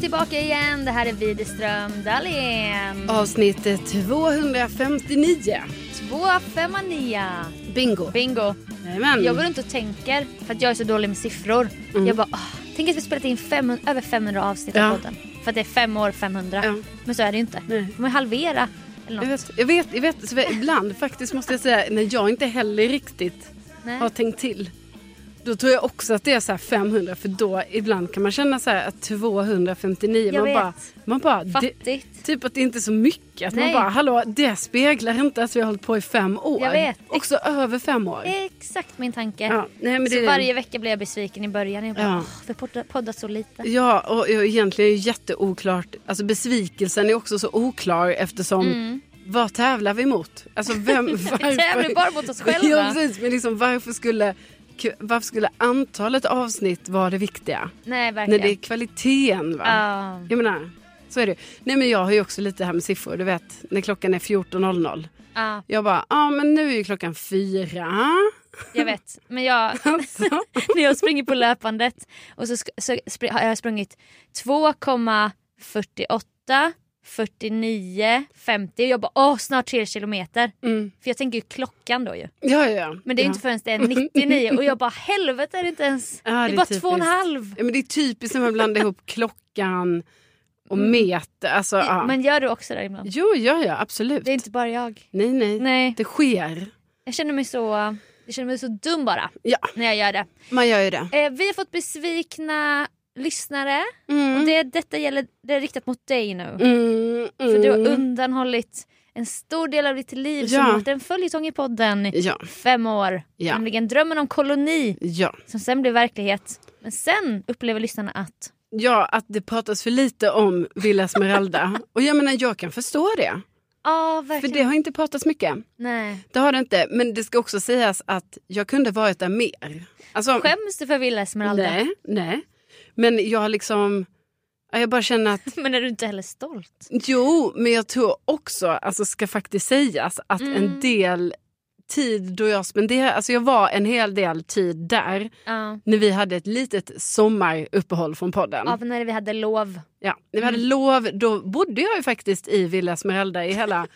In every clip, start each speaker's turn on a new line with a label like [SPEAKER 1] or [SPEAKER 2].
[SPEAKER 1] tillbaka igen. Det här är Widerström Dahlén.
[SPEAKER 2] Avsnitt 259.
[SPEAKER 1] 259.
[SPEAKER 2] Bingo.
[SPEAKER 1] Bingo.
[SPEAKER 2] Jajamän.
[SPEAKER 1] Jag går runt och tänker, för att jag är så dålig med siffror.
[SPEAKER 2] Mm.
[SPEAKER 1] Jag bara, åh, tänk att vi spelat in 500, över 500 avsnitt
[SPEAKER 2] Ja.
[SPEAKER 1] av podden. För att det är fem år 500.
[SPEAKER 2] Ja.
[SPEAKER 1] Men så är det ju inte.
[SPEAKER 2] Nej.
[SPEAKER 1] Man får halvera. Eller
[SPEAKER 2] Jag
[SPEAKER 1] något.
[SPEAKER 2] vet, jag vet, jag vet så ibland faktiskt måste jag säga när jag inte heller riktigt
[SPEAKER 1] Nej.
[SPEAKER 2] har tänkt till. Då tror jag också att det är så här 500 för då ibland kan man känna så här att 259
[SPEAKER 1] Jag
[SPEAKER 2] man
[SPEAKER 1] vet.
[SPEAKER 2] bara, man bara det,
[SPEAKER 1] Fattigt.
[SPEAKER 2] typ att det inte är så mycket att
[SPEAKER 1] Nej.
[SPEAKER 2] man bara hallå det speglar inte att vi har hållit på i fem år.
[SPEAKER 1] Jag vet.
[SPEAKER 2] Också över fem år.
[SPEAKER 1] Exakt min tanke.
[SPEAKER 2] Ja, nej, men
[SPEAKER 1] så
[SPEAKER 2] det-
[SPEAKER 1] varje vecka blir jag besviken i början. Jag bara,
[SPEAKER 2] Ja.
[SPEAKER 1] åh, vi har poddat- poddat så lite.
[SPEAKER 2] Ja, och, och egentligen är det jätteoklart. Alltså besvikelsen är också så oklar eftersom vad tävlar vi mot? Alltså vem, varför?
[SPEAKER 1] Mm. tävlar ju bara mot oss själva.
[SPEAKER 2] Ja, precis. Men liksom varför skulle, ku- varför skulle antalet avsnitt vara det viktiga?
[SPEAKER 1] Nej,
[SPEAKER 2] När
[SPEAKER 1] verkligen.
[SPEAKER 2] det är kvaliteten va?
[SPEAKER 1] Ja.
[SPEAKER 2] Jag menar, så är det ju. Nej men jag har ju också lite här med siffror, du vet när klockan är 14.00.
[SPEAKER 1] Ja,
[SPEAKER 2] Jag bara, ja ah, men nu är ju klockan fyra.
[SPEAKER 1] jag vet. Men jag,
[SPEAKER 2] Alltså,
[SPEAKER 1] när jag springer på löpandet och så, sk- så spr- har jag sprungit 2,48, 49, 50 och jag bara åh snart 3 kilometer.
[SPEAKER 2] mm.
[SPEAKER 1] För jag tänker ju klockan då ju.
[SPEAKER 2] Ja, ja, ja.
[SPEAKER 1] Men det är ju
[SPEAKER 2] ja.
[SPEAKER 1] inte förrän det är 99 och jag bara helvete är det inte ens.
[SPEAKER 2] Ja,
[SPEAKER 1] det,
[SPEAKER 2] det
[SPEAKER 1] är
[SPEAKER 2] är
[SPEAKER 1] bara två och en
[SPEAKER 2] typiskt.
[SPEAKER 1] halv.
[SPEAKER 2] Ja, men det är typiskt när man blandar ihop klockan och meter. Alltså, ja.
[SPEAKER 1] Men gör du också det ibland?
[SPEAKER 2] Jo, ja, ja, absolut.
[SPEAKER 1] Det är inte bara jag.
[SPEAKER 2] Nej, nej,
[SPEAKER 1] Nej,
[SPEAKER 2] Det sker.
[SPEAKER 1] jag känner mig så, jag känner mig så dum bara
[SPEAKER 2] Ja,
[SPEAKER 1] när jag gör det.
[SPEAKER 2] man gör ju det.
[SPEAKER 1] Eh, vi har fått besvikna lyssnare och
[SPEAKER 2] Mm.
[SPEAKER 1] det, detta gäller, det är riktat mot dig nu.
[SPEAKER 2] Mm,
[SPEAKER 1] För du har
[SPEAKER 2] mm.
[SPEAKER 1] undanhållit en stor del av ditt liv som
[SPEAKER 2] Ja.
[SPEAKER 1] har varit en följetong i podden i
[SPEAKER 2] Ja,
[SPEAKER 1] fem år.
[SPEAKER 2] Ja.
[SPEAKER 1] Nämligen drömmen om koloni
[SPEAKER 2] ja.
[SPEAKER 1] som sen blev verklighet. Men sen upplever lyssnarna att
[SPEAKER 2] Ja, att det pratas för lite om Villa Esmeralda. och jag menar, jag kan förstå det.
[SPEAKER 1] ja
[SPEAKER 2] För
[SPEAKER 1] verkligen.
[SPEAKER 2] det har inte pratats mycket.
[SPEAKER 1] Nej.
[SPEAKER 2] Det har det inte. Men det ska också sägas att jag kunde varit där mer. Alltså,
[SPEAKER 1] Skäms du för Villa Esmeralda?
[SPEAKER 2] Nej, nej. Men jag har liksom... ja, Jag bara känner att
[SPEAKER 1] Men är du inte heller stolt?
[SPEAKER 2] Jo, men jag tror också, alltså ska faktiskt sägas, att
[SPEAKER 1] Mm.
[SPEAKER 2] en del tid då jag spenderade, alltså jag var en hel del tid där
[SPEAKER 1] Ja.
[SPEAKER 2] när vi hade ett litet sommaruppehåll från podden.
[SPEAKER 1] Av när vi hade lov.
[SPEAKER 2] Ja, när vi hade
[SPEAKER 1] Mm.
[SPEAKER 2] lov, då bodde jag ju faktiskt i Villa Esmeralda i hela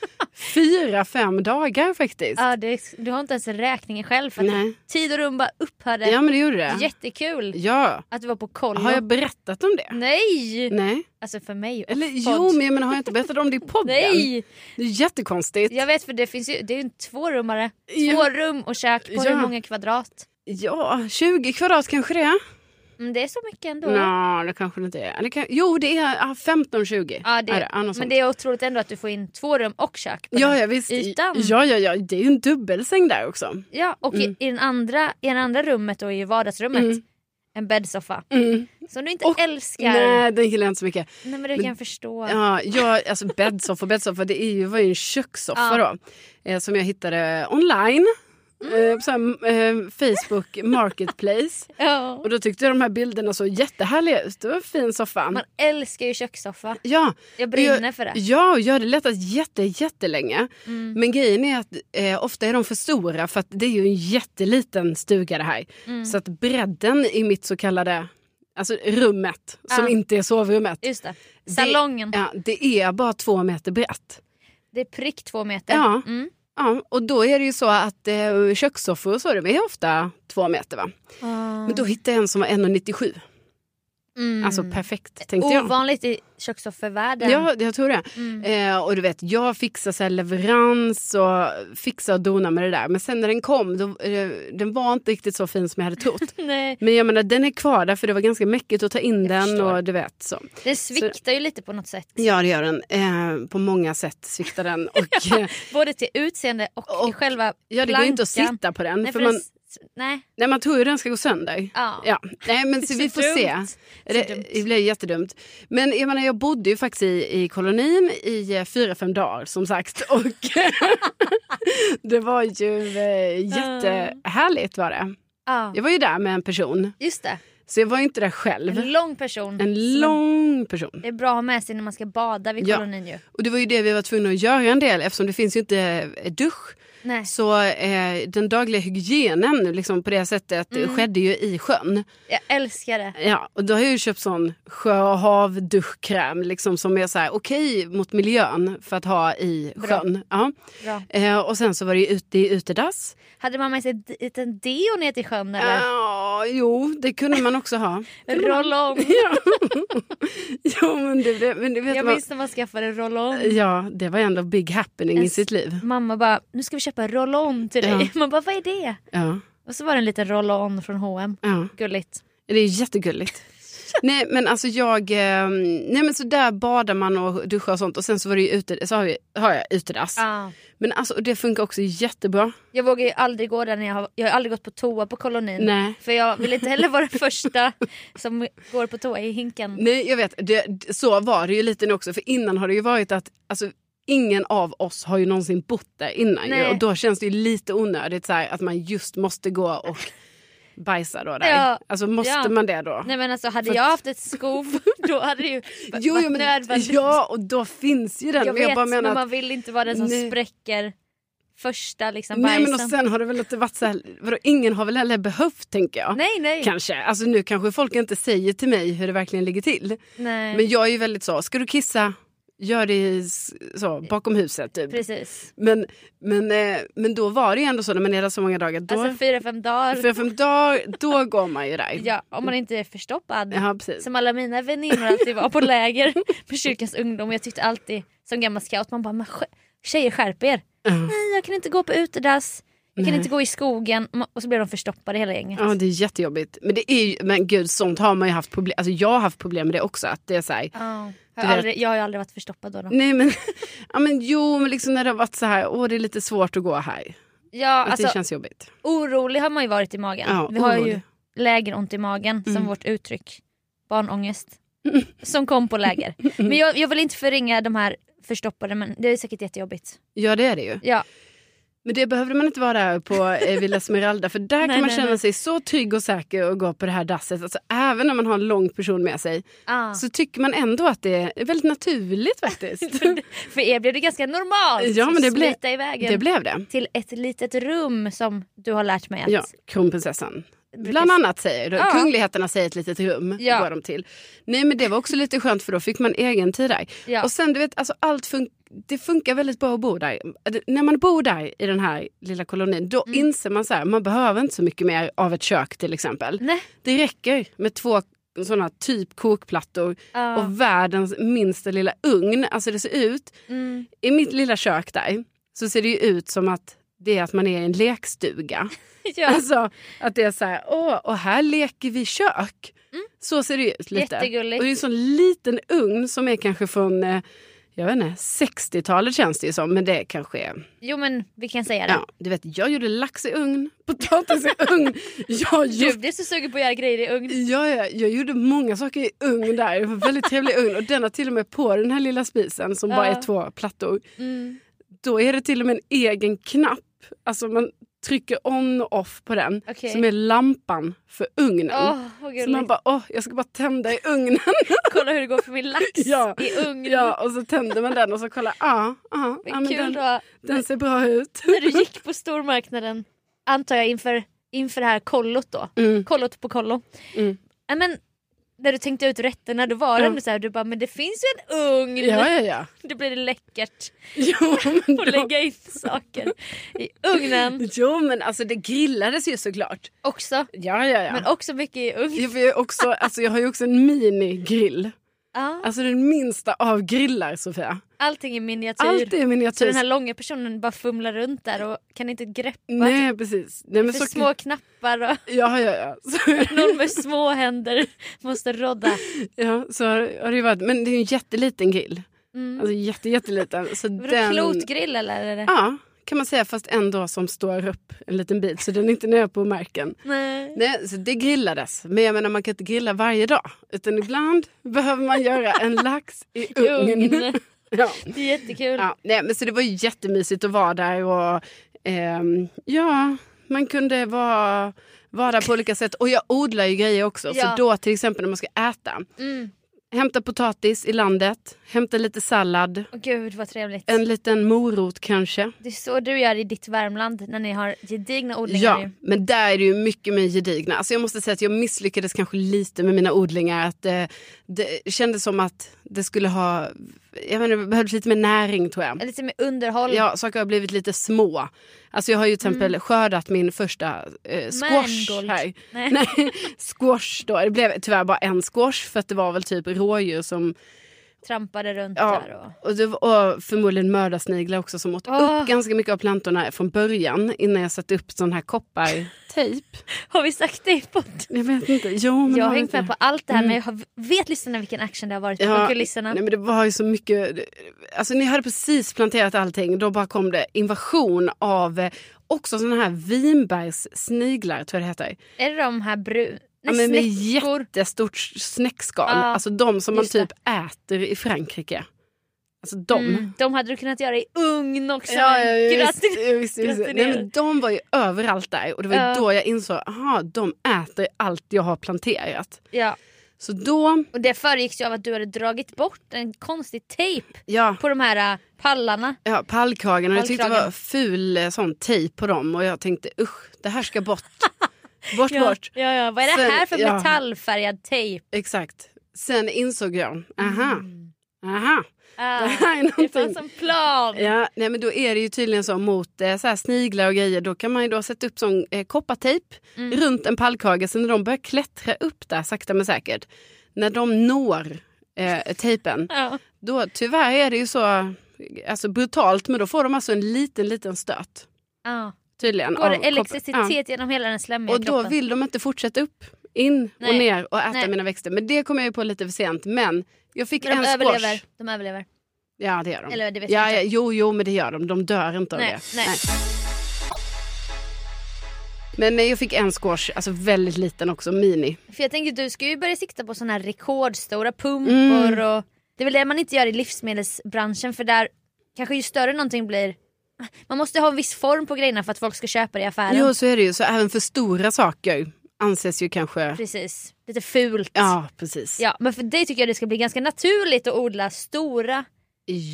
[SPEAKER 2] fyra, fem dagar faktiskt.
[SPEAKER 1] Ja, det, du har inte ens räkningen själv för att
[SPEAKER 2] Nej.
[SPEAKER 1] tid och rum bara upphörde.
[SPEAKER 2] Ja, men det gjorde det.
[SPEAKER 1] Jättekul
[SPEAKER 2] Ja.
[SPEAKER 1] att du var på kollo.
[SPEAKER 2] Har jag berättat om det?
[SPEAKER 1] Nej!
[SPEAKER 2] Nej.
[SPEAKER 1] Alltså för mig.
[SPEAKER 2] Eller
[SPEAKER 1] Mm. Podd.
[SPEAKER 2] jo, men jag menar, har jag inte berättat om det i podden?
[SPEAKER 1] Nej!
[SPEAKER 2] Det är jättekonstigt.
[SPEAKER 1] Jag vet för det finns ju, det är ju en tvårummare.
[SPEAKER 2] Ja.
[SPEAKER 1] Två rum och kök på hur
[SPEAKER 2] Ja.
[SPEAKER 1] många kvadrat?
[SPEAKER 2] Ja, 20 kvadrat kanske det är.
[SPEAKER 1] Mm, det är så mycket ändå.
[SPEAKER 2] Nå, det kanske det inte är. Det kan, jo, det är ah, 15-20.
[SPEAKER 1] Ja, det,
[SPEAKER 2] är det, ah, något
[SPEAKER 1] men
[SPEAKER 2] sånt.
[SPEAKER 1] det är otroligt ändå att du får in två rum och kök. på
[SPEAKER 2] ja,
[SPEAKER 1] den.
[SPEAKER 2] ja, visst.
[SPEAKER 1] ytan.
[SPEAKER 2] Ja, ja, ja, det är ju en dubbelsäng där också.
[SPEAKER 1] ja och
[SPEAKER 2] Mm.
[SPEAKER 1] i, i, den andra, i den andra rummet och i vardagsrummet en bäddsoffa.
[SPEAKER 2] Mm.
[SPEAKER 1] Som du inte
[SPEAKER 2] Och-
[SPEAKER 1] älskar. Nej.
[SPEAKER 2] Nej, den gillar jag inte så mycket.
[SPEAKER 1] men det kan jag förstå.
[SPEAKER 2] Ja, jag, alltså bäddsoffa och bäddsoffa, det är ju, var ju en kökssoffa då. Eh, som jag hittade online.
[SPEAKER 1] Mm.
[SPEAKER 2] Eh, på så här, eh, Facebook Marketplace.
[SPEAKER 1] Ja.
[SPEAKER 2] och då tyckte jag de här bilderna såg jättehärliga ut. Det var en fin soffa.
[SPEAKER 1] Man älskar ju kökssoffa.
[SPEAKER 2] Ja,
[SPEAKER 1] Jag
[SPEAKER 2] Och
[SPEAKER 1] brinner för det.
[SPEAKER 2] Ja, och jag har letat jätte, jättelänge.
[SPEAKER 1] Mm.
[SPEAKER 2] Men grejen är att eh, ofta är de för stora för att det är ju en jätteliten stuga det här.
[SPEAKER 1] Mm.
[SPEAKER 2] Så att bredden i mitt så kallade alltså rummet, som
[SPEAKER 1] Ja.
[SPEAKER 2] inte är sovrummet.
[SPEAKER 1] Just det. Salongen.
[SPEAKER 2] Det, ja, det är bara två meter brett.
[SPEAKER 1] Det är prick två meter.
[SPEAKER 2] Ja.
[SPEAKER 1] Mm.
[SPEAKER 2] Ja, och då är det ju så att eh, kökssoffor och så, de är ofta två meter va. Ah. Men då hittade jag en som var 1,97.
[SPEAKER 1] Mm.
[SPEAKER 2] Alltså perfekt tänkte jag.
[SPEAKER 1] Ovanligt i Mm. kökssoffevärlden.
[SPEAKER 2] Ja, det- jag tror det. Eh, och du vet, jag fixar så här leverans och fixar och donar med det där. Men sen när den kom, då, eh, den var inte riktigt så fin som jag hade trott.
[SPEAKER 1] Nej.
[SPEAKER 2] Men jag menar, den är kvar där för det var ganska mäckigt att ta in den
[SPEAKER 1] förstår.
[SPEAKER 2] och du vet så.
[SPEAKER 1] Det sviktar ju lite på något sätt.
[SPEAKER 2] Ja, det gör den. Eh, på många sätt sviktar den. Och, eh,
[SPEAKER 1] Både till utseende och, i
[SPEAKER 2] Och-
[SPEAKER 1] själva
[SPEAKER 2] ja, det går ju inte att
[SPEAKER 1] plankan.
[SPEAKER 2] sitta på den.
[SPEAKER 1] Nej,
[SPEAKER 2] för
[SPEAKER 1] för
[SPEAKER 2] man,
[SPEAKER 1] det s- nej.
[SPEAKER 2] nej, man tror ju den ska gå sönder.
[SPEAKER 1] Ja.
[SPEAKER 2] Ja, nej men så
[SPEAKER 1] Så
[SPEAKER 2] vi får
[SPEAKER 1] dumt.
[SPEAKER 2] se.
[SPEAKER 1] Så
[SPEAKER 2] Det,
[SPEAKER 1] dumt.
[SPEAKER 2] det blev jättedumt. Men jag menar jag bodde ju faktiskt i, i kolonin i eh, fyra, fem dagar som sagt. Och det var ju eh, jättehärligt var det.
[SPEAKER 1] Ja.
[SPEAKER 2] Jag var ju där med en person.
[SPEAKER 1] Just det.
[SPEAKER 2] Så jag var ju inte där själv.
[SPEAKER 1] En lång person.
[SPEAKER 2] En lång person.
[SPEAKER 1] Det är bra att ha med sig när man ska bada vid
[SPEAKER 2] Ja.
[SPEAKER 1] kolonin ju.
[SPEAKER 2] Och det var ju det vi var tvungna att göra en del eftersom det finns ju inte eh, dusch.
[SPEAKER 1] Nej.
[SPEAKER 2] Så eh, den dagliga hygienen liksom, på det sättet
[SPEAKER 1] Mm.
[SPEAKER 2] skedde ju i sjön.
[SPEAKER 1] Jag älskar det.
[SPEAKER 2] Ja, och då har jag ju köpt sån sjö och hav duschkräm liksom, som är så här okej mot miljön för att ha i
[SPEAKER 1] Bra.
[SPEAKER 2] sjön. Ja.
[SPEAKER 1] Bra.
[SPEAKER 2] Eh, och sen så var det ju ute i utedass.
[SPEAKER 1] Hade man med sig en liten deo ner till sjön eller?
[SPEAKER 2] Ja, Eh, jo, det kunde man också ha.
[SPEAKER 1] Roll-on.
[SPEAKER 2] ja. Jo, men du, det, men du vet
[SPEAKER 1] Jag
[SPEAKER 2] vad...
[SPEAKER 1] minns när man skaffade roll-on.
[SPEAKER 2] Ja, det var ändå big happening i
[SPEAKER 1] En
[SPEAKER 2] sitt liv.
[SPEAKER 1] Mamma bara, nu ska vi köpa en roll-on till dig.
[SPEAKER 2] Ja.
[SPEAKER 1] Man bara, vad är det?
[SPEAKER 2] Ja,
[SPEAKER 1] Och så var det en liten roll-on från H&M.
[SPEAKER 2] ja.
[SPEAKER 1] Gulligt.
[SPEAKER 2] Det är jättegulligt. nej, men alltså jag... Eh, nej, men så där badar man och duschar och sånt. Och sen så var det ju ute, så har, vi, har jag utedass.
[SPEAKER 1] Ah.
[SPEAKER 2] Men alltså, och det funkar också jättebra.
[SPEAKER 1] Jag vågar ju aldrig gå där när jag har, jag har aldrig gått på toa på kolonin.
[SPEAKER 2] Nej.
[SPEAKER 1] För jag vill inte heller vara den första som går på toa i hinken.
[SPEAKER 2] Nej, jag vet. Det, d- så var det ju lite nu också. För innan har det ju varit att alltså, ingen av oss har ju någonsin bott där innan. Ju,
[SPEAKER 1] Nej.
[SPEAKER 2] och då känns det ju lite onödigt så här, att man just måste gå och bajsa då där.
[SPEAKER 1] Ja.
[SPEAKER 2] Alltså måste
[SPEAKER 1] Ja.
[SPEAKER 2] man det då?
[SPEAKER 1] Nej men alltså hade jag haft ett skov då hade det ju varit
[SPEAKER 2] Jo, jo, men,
[SPEAKER 1] nödvändigt.
[SPEAKER 2] ja, och då finns ju den.
[SPEAKER 1] jag
[SPEAKER 2] men
[SPEAKER 1] vet
[SPEAKER 2] jag bara menar
[SPEAKER 1] men
[SPEAKER 2] att,
[SPEAKER 1] man vill inte vara den som
[SPEAKER 2] Nej.
[SPEAKER 1] spräcker första liksom
[SPEAKER 2] nej, men
[SPEAKER 1] bajsen.
[SPEAKER 2] och sen har det väl inte varit så här, vadå, ingen har väl heller behövt tänker jag.
[SPEAKER 1] Nej nej.
[SPEAKER 2] Kanske. Alltså nu kanske folk inte säger till mig hur det verkligen ligger till.
[SPEAKER 1] nej.
[SPEAKER 2] Men jag är ju väldigt så, ska du kissa, gör det i s- så, bakom huset typ.
[SPEAKER 1] Precis.
[SPEAKER 2] Men, men, eh, men då var det ju ändå så när man är där så många dagar. Då,
[SPEAKER 1] Alltså fyra fem dagar.
[SPEAKER 2] för fem dagar, då går man ju där.
[SPEAKER 1] Ja, om man inte är förstoppad.
[SPEAKER 2] Ja, precis.
[SPEAKER 1] Som alla mina vänner alltid var på läger med kyrkans ungdom. Jag tyckte alltid som gammal scout, man bara men, sk- tjejer skärp er.
[SPEAKER 2] Ja.
[SPEAKER 1] Nej jag kan inte gå på utedass, jag kan
[SPEAKER 2] Nej.
[SPEAKER 1] inte gå i skogen. Ma- Och så blev de förstoppade hela gänget.
[SPEAKER 2] Ja, det är jättejobbigt. Men, det är ju, men gud, sånt har man ju haft problem Alltså jag har haft problem med det också. Att det är så här,
[SPEAKER 1] Ja. Jag,
[SPEAKER 2] Du
[SPEAKER 1] har
[SPEAKER 2] vet- Mm.
[SPEAKER 1] aldrig, jag har ju aldrig varit förstoppad då. då.
[SPEAKER 2] nej men, ja, men jo, men liksom när det har varit så här, åh det är lite svårt att gå här.
[SPEAKER 1] Ja,
[SPEAKER 2] Att
[SPEAKER 1] alltså,
[SPEAKER 2] det känns jobbigt.
[SPEAKER 1] Orolig har man ju varit i magen.
[SPEAKER 2] Ja,
[SPEAKER 1] Vi har ju
[SPEAKER 2] orolig.
[SPEAKER 1] lägeront i magen som
[SPEAKER 2] Mm.
[SPEAKER 1] vårt uttryck. Barnångest. Som kom på läger. Men jag, jag vill inte förringa de här förstoppade men det är säkert jättejobbigt.
[SPEAKER 2] Ja, det är det ju.
[SPEAKER 1] Ja,
[SPEAKER 2] Men det behövde man inte vara där på eh, Villa Smeralda för där
[SPEAKER 1] Nej,
[SPEAKER 2] kan man
[SPEAKER 1] nej,
[SPEAKER 2] känna
[SPEAKER 1] nej.
[SPEAKER 2] sig så trygg och säker och gå på det här dasset. Alltså, även om man har en lång person med sig
[SPEAKER 1] ah.
[SPEAKER 2] så tycker man ändå att det är väldigt naturligt faktiskt.
[SPEAKER 1] för er blev det ganska normalt
[SPEAKER 2] Ja, men det
[SPEAKER 1] att
[SPEAKER 2] blev-
[SPEAKER 1] smita iväg
[SPEAKER 2] det blev det.
[SPEAKER 1] till ett litet rum som du har lärt mig att...
[SPEAKER 2] Ja, kronprinsessan.
[SPEAKER 1] brukar-
[SPEAKER 2] Bland annat säger de.
[SPEAKER 1] Ja.
[SPEAKER 2] Kungligheterna säger ett litet rum.
[SPEAKER 1] Ja.
[SPEAKER 2] Går de till. Nej men det var också lite skönt för då fick man egen tid där.
[SPEAKER 1] Ja.
[SPEAKER 2] Och sen du vet, alltså, allt fun- det funkar väldigt bra att bo där. Det- När man bor där i den här lilla kolonin då
[SPEAKER 1] Mm.
[SPEAKER 2] inser man så här, man behöver inte så mycket mer av ett kök till exempel.
[SPEAKER 1] Nej.
[SPEAKER 2] Det räcker med två sådana typ kokplattor
[SPEAKER 1] Ja.
[SPEAKER 2] och världens minsta lilla ugn. Alltså det ser ut,
[SPEAKER 1] Mm.
[SPEAKER 2] i mitt lilla kök där så ser det ju ut som att det är att man är i en lekstuga.
[SPEAKER 1] Ja.
[SPEAKER 2] Alltså att det är så här, åh, och här leker vi kök. Så ser det ut lite.
[SPEAKER 1] Mm. Jättegulligt.
[SPEAKER 2] Och det är en sån liten ugn som är kanske från, eh, jag vet inte, 60-talet känns det ju som. Men det är kanske är,
[SPEAKER 1] Jo men vi kan säga det.
[SPEAKER 2] ja, du vet jag gjorde lax i ugn, potatis i ugn. Jag
[SPEAKER 1] Du
[SPEAKER 2] gjorde,
[SPEAKER 1] blev så sugen på att göra grejer i ugn.
[SPEAKER 2] ja, ja, jag gjorde många saker i ugn där. Det var en väldigt trevlig ugn. Och den har till och med på den här lilla spisen som bara
[SPEAKER 1] Ja.
[SPEAKER 2] är två plattor.
[SPEAKER 1] Mm.
[SPEAKER 2] Då är det till och med en egen knapp. Alltså man trycker on och off på den.
[SPEAKER 1] Okej.
[SPEAKER 2] Som är lampan för ugnen.
[SPEAKER 1] Åh, vad
[SPEAKER 2] Mm. Så man
[SPEAKER 1] gulligt.
[SPEAKER 2] bara, åh, jag ska bara tända i ugnen.
[SPEAKER 1] Kolla hur det går för min lax
[SPEAKER 2] Ja.
[SPEAKER 1] i ugn.
[SPEAKER 2] Ja, och så tänder man den och så kollar, ja, ja, ja,
[SPEAKER 1] Men
[SPEAKER 2] men
[SPEAKER 1] kul
[SPEAKER 2] den,
[SPEAKER 1] då
[SPEAKER 2] den ser bra ut.
[SPEAKER 1] när du gick på stormarknaden, antar jag inför, inför det här kollot då.
[SPEAKER 2] Mm.
[SPEAKER 1] Kollot på kollo.
[SPEAKER 2] Mm.
[SPEAKER 1] Ja, Men, när du tänkte ut rätterna då var det
[SPEAKER 2] Ja.
[SPEAKER 1] ändå så här, du bara men det finns ju en ugn.
[SPEAKER 2] Ja, ja, ja.
[SPEAKER 1] Då blir det läckert
[SPEAKER 2] Jo, men,
[SPEAKER 1] att
[SPEAKER 2] då,
[SPEAKER 1] lägga in saker i ugnen
[SPEAKER 2] jo, men alltså det grillades ju såklart.
[SPEAKER 1] också.
[SPEAKER 2] Ja, ja, ja.
[SPEAKER 1] Men också mycket i ugn.
[SPEAKER 2] jag, får ju också, alltså, jag har ju också en minigrill.
[SPEAKER 1] Ja,
[SPEAKER 2] Alltså den minsta av grillar, Sofia.
[SPEAKER 1] allting i miniatyr.
[SPEAKER 2] Allt är
[SPEAKER 1] Så
[SPEAKER 2] miniatyr.
[SPEAKER 1] den här långa personen bara fumlar runt där och kan inte greppa.
[SPEAKER 2] Nej, precis. Nej, men
[SPEAKER 1] för
[SPEAKER 2] så,
[SPEAKER 1] små knappar och
[SPEAKER 2] Ja, ja, ja. Så,
[SPEAKER 1] någon med små händer måste rodda.
[SPEAKER 2] ja, så har, har det ju varit. Men det är ju en jätteliten grill.
[SPEAKER 1] Mm.
[SPEAKER 2] Alltså jätte, jätteliten. Så
[SPEAKER 1] Vadå
[SPEAKER 2] den... Ah,
[SPEAKER 1] klotgrill eller? Är det?
[SPEAKER 2] Ja, kan man säga, fast ändå som står upp en liten bit så den är inte nere på marken.
[SPEAKER 1] Nej.
[SPEAKER 2] Nej, så det grillades. Men jag menar, man kan inte grilla varje dag. Utan ibland behöver man göra en lax i ugn.
[SPEAKER 1] Ugn.
[SPEAKER 2] Ja.
[SPEAKER 1] Det är jättekul.
[SPEAKER 2] Ja, nej, men så det var ju jättemysigt att vara där. Och, ehm, ja, man kunde vara, vara där på olika sätt. Och jag odlar ju grejer också.
[SPEAKER 1] Ja.
[SPEAKER 2] Så då till exempel när man ska äta.
[SPEAKER 1] Mm.
[SPEAKER 2] Hämta potatis i landet, hämta lite sallad,
[SPEAKER 1] Åh, gud vad trevligt.
[SPEAKER 2] en liten morot kanske.
[SPEAKER 1] Det är så du gör i ditt Värmland när ni har gedigna odlingar.
[SPEAKER 2] Ja,
[SPEAKER 1] ju.
[SPEAKER 2] men där är det ju mycket mer gedigna. Alltså jag måste säga att jag misslyckades kanske lite med mina odlingar. Att eh, det kändes som att det skulle ha, jag menar, det behövdes lite mer näring tror jag.
[SPEAKER 1] Lite med underhåll.
[SPEAKER 2] Ja, saker har blivit lite små. Alltså jag har ju till exempel skördat min första eh, squash
[SPEAKER 1] Mangold.
[SPEAKER 2] här.
[SPEAKER 1] Nej.
[SPEAKER 2] Nej, squash då. Det blev tyvärr bara en squash för att det var väl typ rådjur som
[SPEAKER 1] Trampade runt
[SPEAKER 2] Ja.
[SPEAKER 1] där. Och... Ah.
[SPEAKER 2] och, det var, och förmodligen mördarsniglar också som åt
[SPEAKER 1] Åh.
[SPEAKER 2] upp ganska mycket av plantorna från början innan jag satte upp sån här koppartejp.
[SPEAKER 1] Har vi sagt det i podden?
[SPEAKER 2] jag vet inte. Jo, men
[SPEAKER 1] Typ. Jag har
[SPEAKER 2] vet
[SPEAKER 1] hängt
[SPEAKER 2] inte.
[SPEAKER 1] med på allt det här men jag har- vet lyssnarna vilken action det har varit
[SPEAKER 2] Ja,
[SPEAKER 1] på kulisserna.
[SPEAKER 2] Nej, men det var ju så mycket. Alltså, ni hade precis planterat allting. Då bara kom det invasion av eh, också såna här vinbärgssniglar, tror jag det heter.
[SPEAKER 1] Är det de här brun...
[SPEAKER 2] Ja,
[SPEAKER 1] Nej,
[SPEAKER 2] men med
[SPEAKER 1] snäckor.
[SPEAKER 2] jättestort snäckskal.
[SPEAKER 1] Ja,
[SPEAKER 2] alltså de som man
[SPEAKER 1] just det.
[SPEAKER 2] typ äter i Frankrike. Alltså de.
[SPEAKER 1] Mm, de hade du kunnat göra i ugn också.
[SPEAKER 2] Ja, ja, ja,
[SPEAKER 1] Grattis.
[SPEAKER 2] visst, ja, visst, visst. Nej,
[SPEAKER 1] gratinerar.
[SPEAKER 2] men de var ju överallt där och det var ju
[SPEAKER 1] Ja.
[SPEAKER 2] då jag insåg aha, de äter allt jag har planterat.
[SPEAKER 1] Ja.
[SPEAKER 2] Så då,
[SPEAKER 1] Och det föregicks ju av att du hade dragit bort en konstig tejp
[SPEAKER 2] ja,
[SPEAKER 1] på de här äh, pallarna.
[SPEAKER 2] ja pallkragen och jag tyckte det
[SPEAKER 1] Pallkragen.
[SPEAKER 2] var ful eh, sån tejp på dem och jag tänkte usch, det här ska bort. bort,
[SPEAKER 1] Ja,
[SPEAKER 2] bort.
[SPEAKER 1] ja, ja. Vad är det
[SPEAKER 2] Sen-
[SPEAKER 1] här för
[SPEAKER 2] ja.
[SPEAKER 1] metallfärgad tejp?
[SPEAKER 2] Exakt. Sen insåg jag, aha, aha, det
[SPEAKER 1] Ah,
[SPEAKER 2] här är
[SPEAKER 1] Mm. det
[SPEAKER 2] någonting.
[SPEAKER 1] fanns en plan.
[SPEAKER 2] Ja, nej, men då är det ju tydligen så mot eh, så här sniglar och grejer, då kan man ju då sätta upp sån eh, koppartejp
[SPEAKER 1] Mm.
[SPEAKER 2] runt en pallkrage. Så när de börjar klättra upp där sakta men säkert, när de når eh, tejpen,
[SPEAKER 1] Ja.
[SPEAKER 2] då tyvärr är det ju så alltså, brutalt, men då får de alltså en liten, liten stöt.
[SPEAKER 1] Ja.
[SPEAKER 2] Tydligen.
[SPEAKER 1] Går
[SPEAKER 2] av
[SPEAKER 1] det
[SPEAKER 2] koppar- Ja.
[SPEAKER 1] Ah. elektricitet genom hela den slemmiga
[SPEAKER 2] Och då
[SPEAKER 1] kroppen?
[SPEAKER 2] vill de inte fortsätta upp, in och
[SPEAKER 1] Nej.
[SPEAKER 2] ner och äta
[SPEAKER 1] Nej.
[SPEAKER 2] mina växter. Men det kom jag ju på lite för sent. Men jag fick
[SPEAKER 1] Men
[SPEAKER 2] en
[SPEAKER 1] de överlever.
[SPEAKER 2] squash.
[SPEAKER 1] De överlever.
[SPEAKER 2] Ja, det gör de.
[SPEAKER 1] Eller det vet
[SPEAKER 2] ja,
[SPEAKER 1] jag
[SPEAKER 2] ja,
[SPEAKER 1] inte.
[SPEAKER 2] jo, jo, men det gör de. De dör inte av
[SPEAKER 1] Nej,
[SPEAKER 2] det.
[SPEAKER 1] nej.
[SPEAKER 2] Men eh, jag fick en squash, alltså väldigt liten också, mini.
[SPEAKER 1] För jag tänker du ska ju börja sikta på såna här rekordstora pumpor
[SPEAKER 2] Mm.
[SPEAKER 1] och det är väl det man inte gör i livsmedelsbranschen för där kanske ju större någonting blir man måste ha en viss form på grejerna för att folk ska köpa det i affären.
[SPEAKER 2] Jo, så är det ju. Så även för stora saker anses ju kanske...
[SPEAKER 1] Precis, lite fult.
[SPEAKER 2] Ja, precis.
[SPEAKER 1] Ja, men för dig tycker jag det ska bli ganska naturligt att odla stora,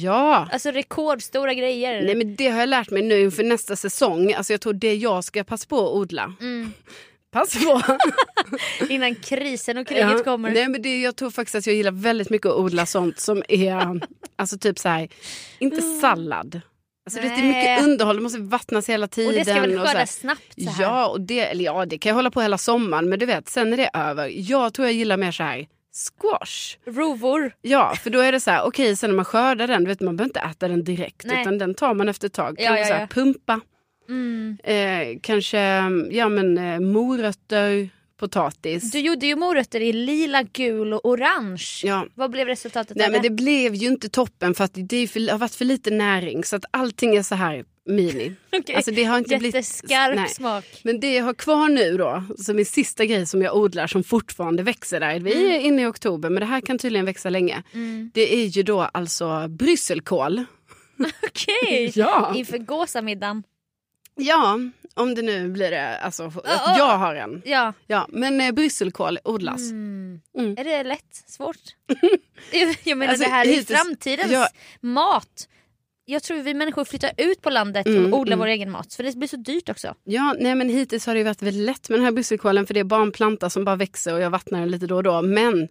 [SPEAKER 2] ja.
[SPEAKER 1] alltså rekordstora grejer.
[SPEAKER 2] Nej, men det har jag lärt mig nu inför nästa säsong. Alltså jag tror det jag ska passa på att odla.
[SPEAKER 1] Mm,
[SPEAKER 2] Passa på!
[SPEAKER 1] innan krisen och kriget
[SPEAKER 2] Ja.
[SPEAKER 1] kommer.
[SPEAKER 2] Nej, men det, jag tror faktiskt att jag gillar väldigt mycket att odla sånt som är, alltså typ så här, inte sallad. Alltså det är mycket
[SPEAKER 1] Mm. Nej.
[SPEAKER 2] underhåll, det måste vattnas hela tiden.
[SPEAKER 1] och det ska väl
[SPEAKER 2] och så här.
[SPEAKER 1] skördas snabbt så här.
[SPEAKER 2] Ja, och det, eller ja, det kan jag hålla på hela sommaren, men du vet, sen är det över. Jag tror jag gillar mer så här squash.
[SPEAKER 1] Rovor.
[SPEAKER 2] Ja, för då är det så här, okej, sen när man skördar den, du vet, man behöver inte äta den direkt,
[SPEAKER 1] Nej.
[SPEAKER 2] utan den tar man efter ett tag.
[SPEAKER 1] Ja,
[SPEAKER 2] kanske
[SPEAKER 1] ja,
[SPEAKER 2] så här,
[SPEAKER 1] ja.
[SPEAKER 2] pumpa,
[SPEAKER 1] Mm.
[SPEAKER 2] eh, kanske ja, men, eh, morötter, potatis.
[SPEAKER 1] Du gjorde ju morötter i lila, gul och orange.
[SPEAKER 2] Ja.
[SPEAKER 1] Vad blev resultatet
[SPEAKER 2] Nej
[SPEAKER 1] av
[SPEAKER 2] men det blev ju inte toppen för att det är för, har varit för lite näring så att allting är så här mini.
[SPEAKER 1] Okej.
[SPEAKER 2] Alltså det har inte blivit...
[SPEAKER 1] Jätteskarp
[SPEAKER 2] nej.
[SPEAKER 1] smak.
[SPEAKER 2] Men det jag har kvar nu då, som är sista grej som jag odlar som fortfarande växer där. Vi är inne i oktober men det här kan tydligen växa länge.
[SPEAKER 1] Mm.
[SPEAKER 2] Det är ju då alltså brysselkål.
[SPEAKER 1] Okej!
[SPEAKER 2] Ja.
[SPEAKER 1] Inför gåsamiddagen.
[SPEAKER 2] Ja, om det nu blir det. Alltså, att
[SPEAKER 1] ja.
[SPEAKER 2] jag har en.
[SPEAKER 1] Ja.
[SPEAKER 2] Ja, men eh, brysselkål odlas.
[SPEAKER 1] Mm.
[SPEAKER 2] Mm.
[SPEAKER 1] Är det lätt? Svårt? jag menar
[SPEAKER 2] Alltså,
[SPEAKER 1] det här är
[SPEAKER 2] hittills-
[SPEAKER 1] framtidens
[SPEAKER 2] ja.
[SPEAKER 1] mat. Jag tror vi människor flyttar ut på landet
[SPEAKER 2] Mm,
[SPEAKER 1] och odlar vår egen mat för det blir så dyrt också.
[SPEAKER 2] Ja, nej men hittills har det ju varit väldigt lätt med den här brysselkålen för det är bara en planta som bara växer och jag vattnar den lite då och då. Men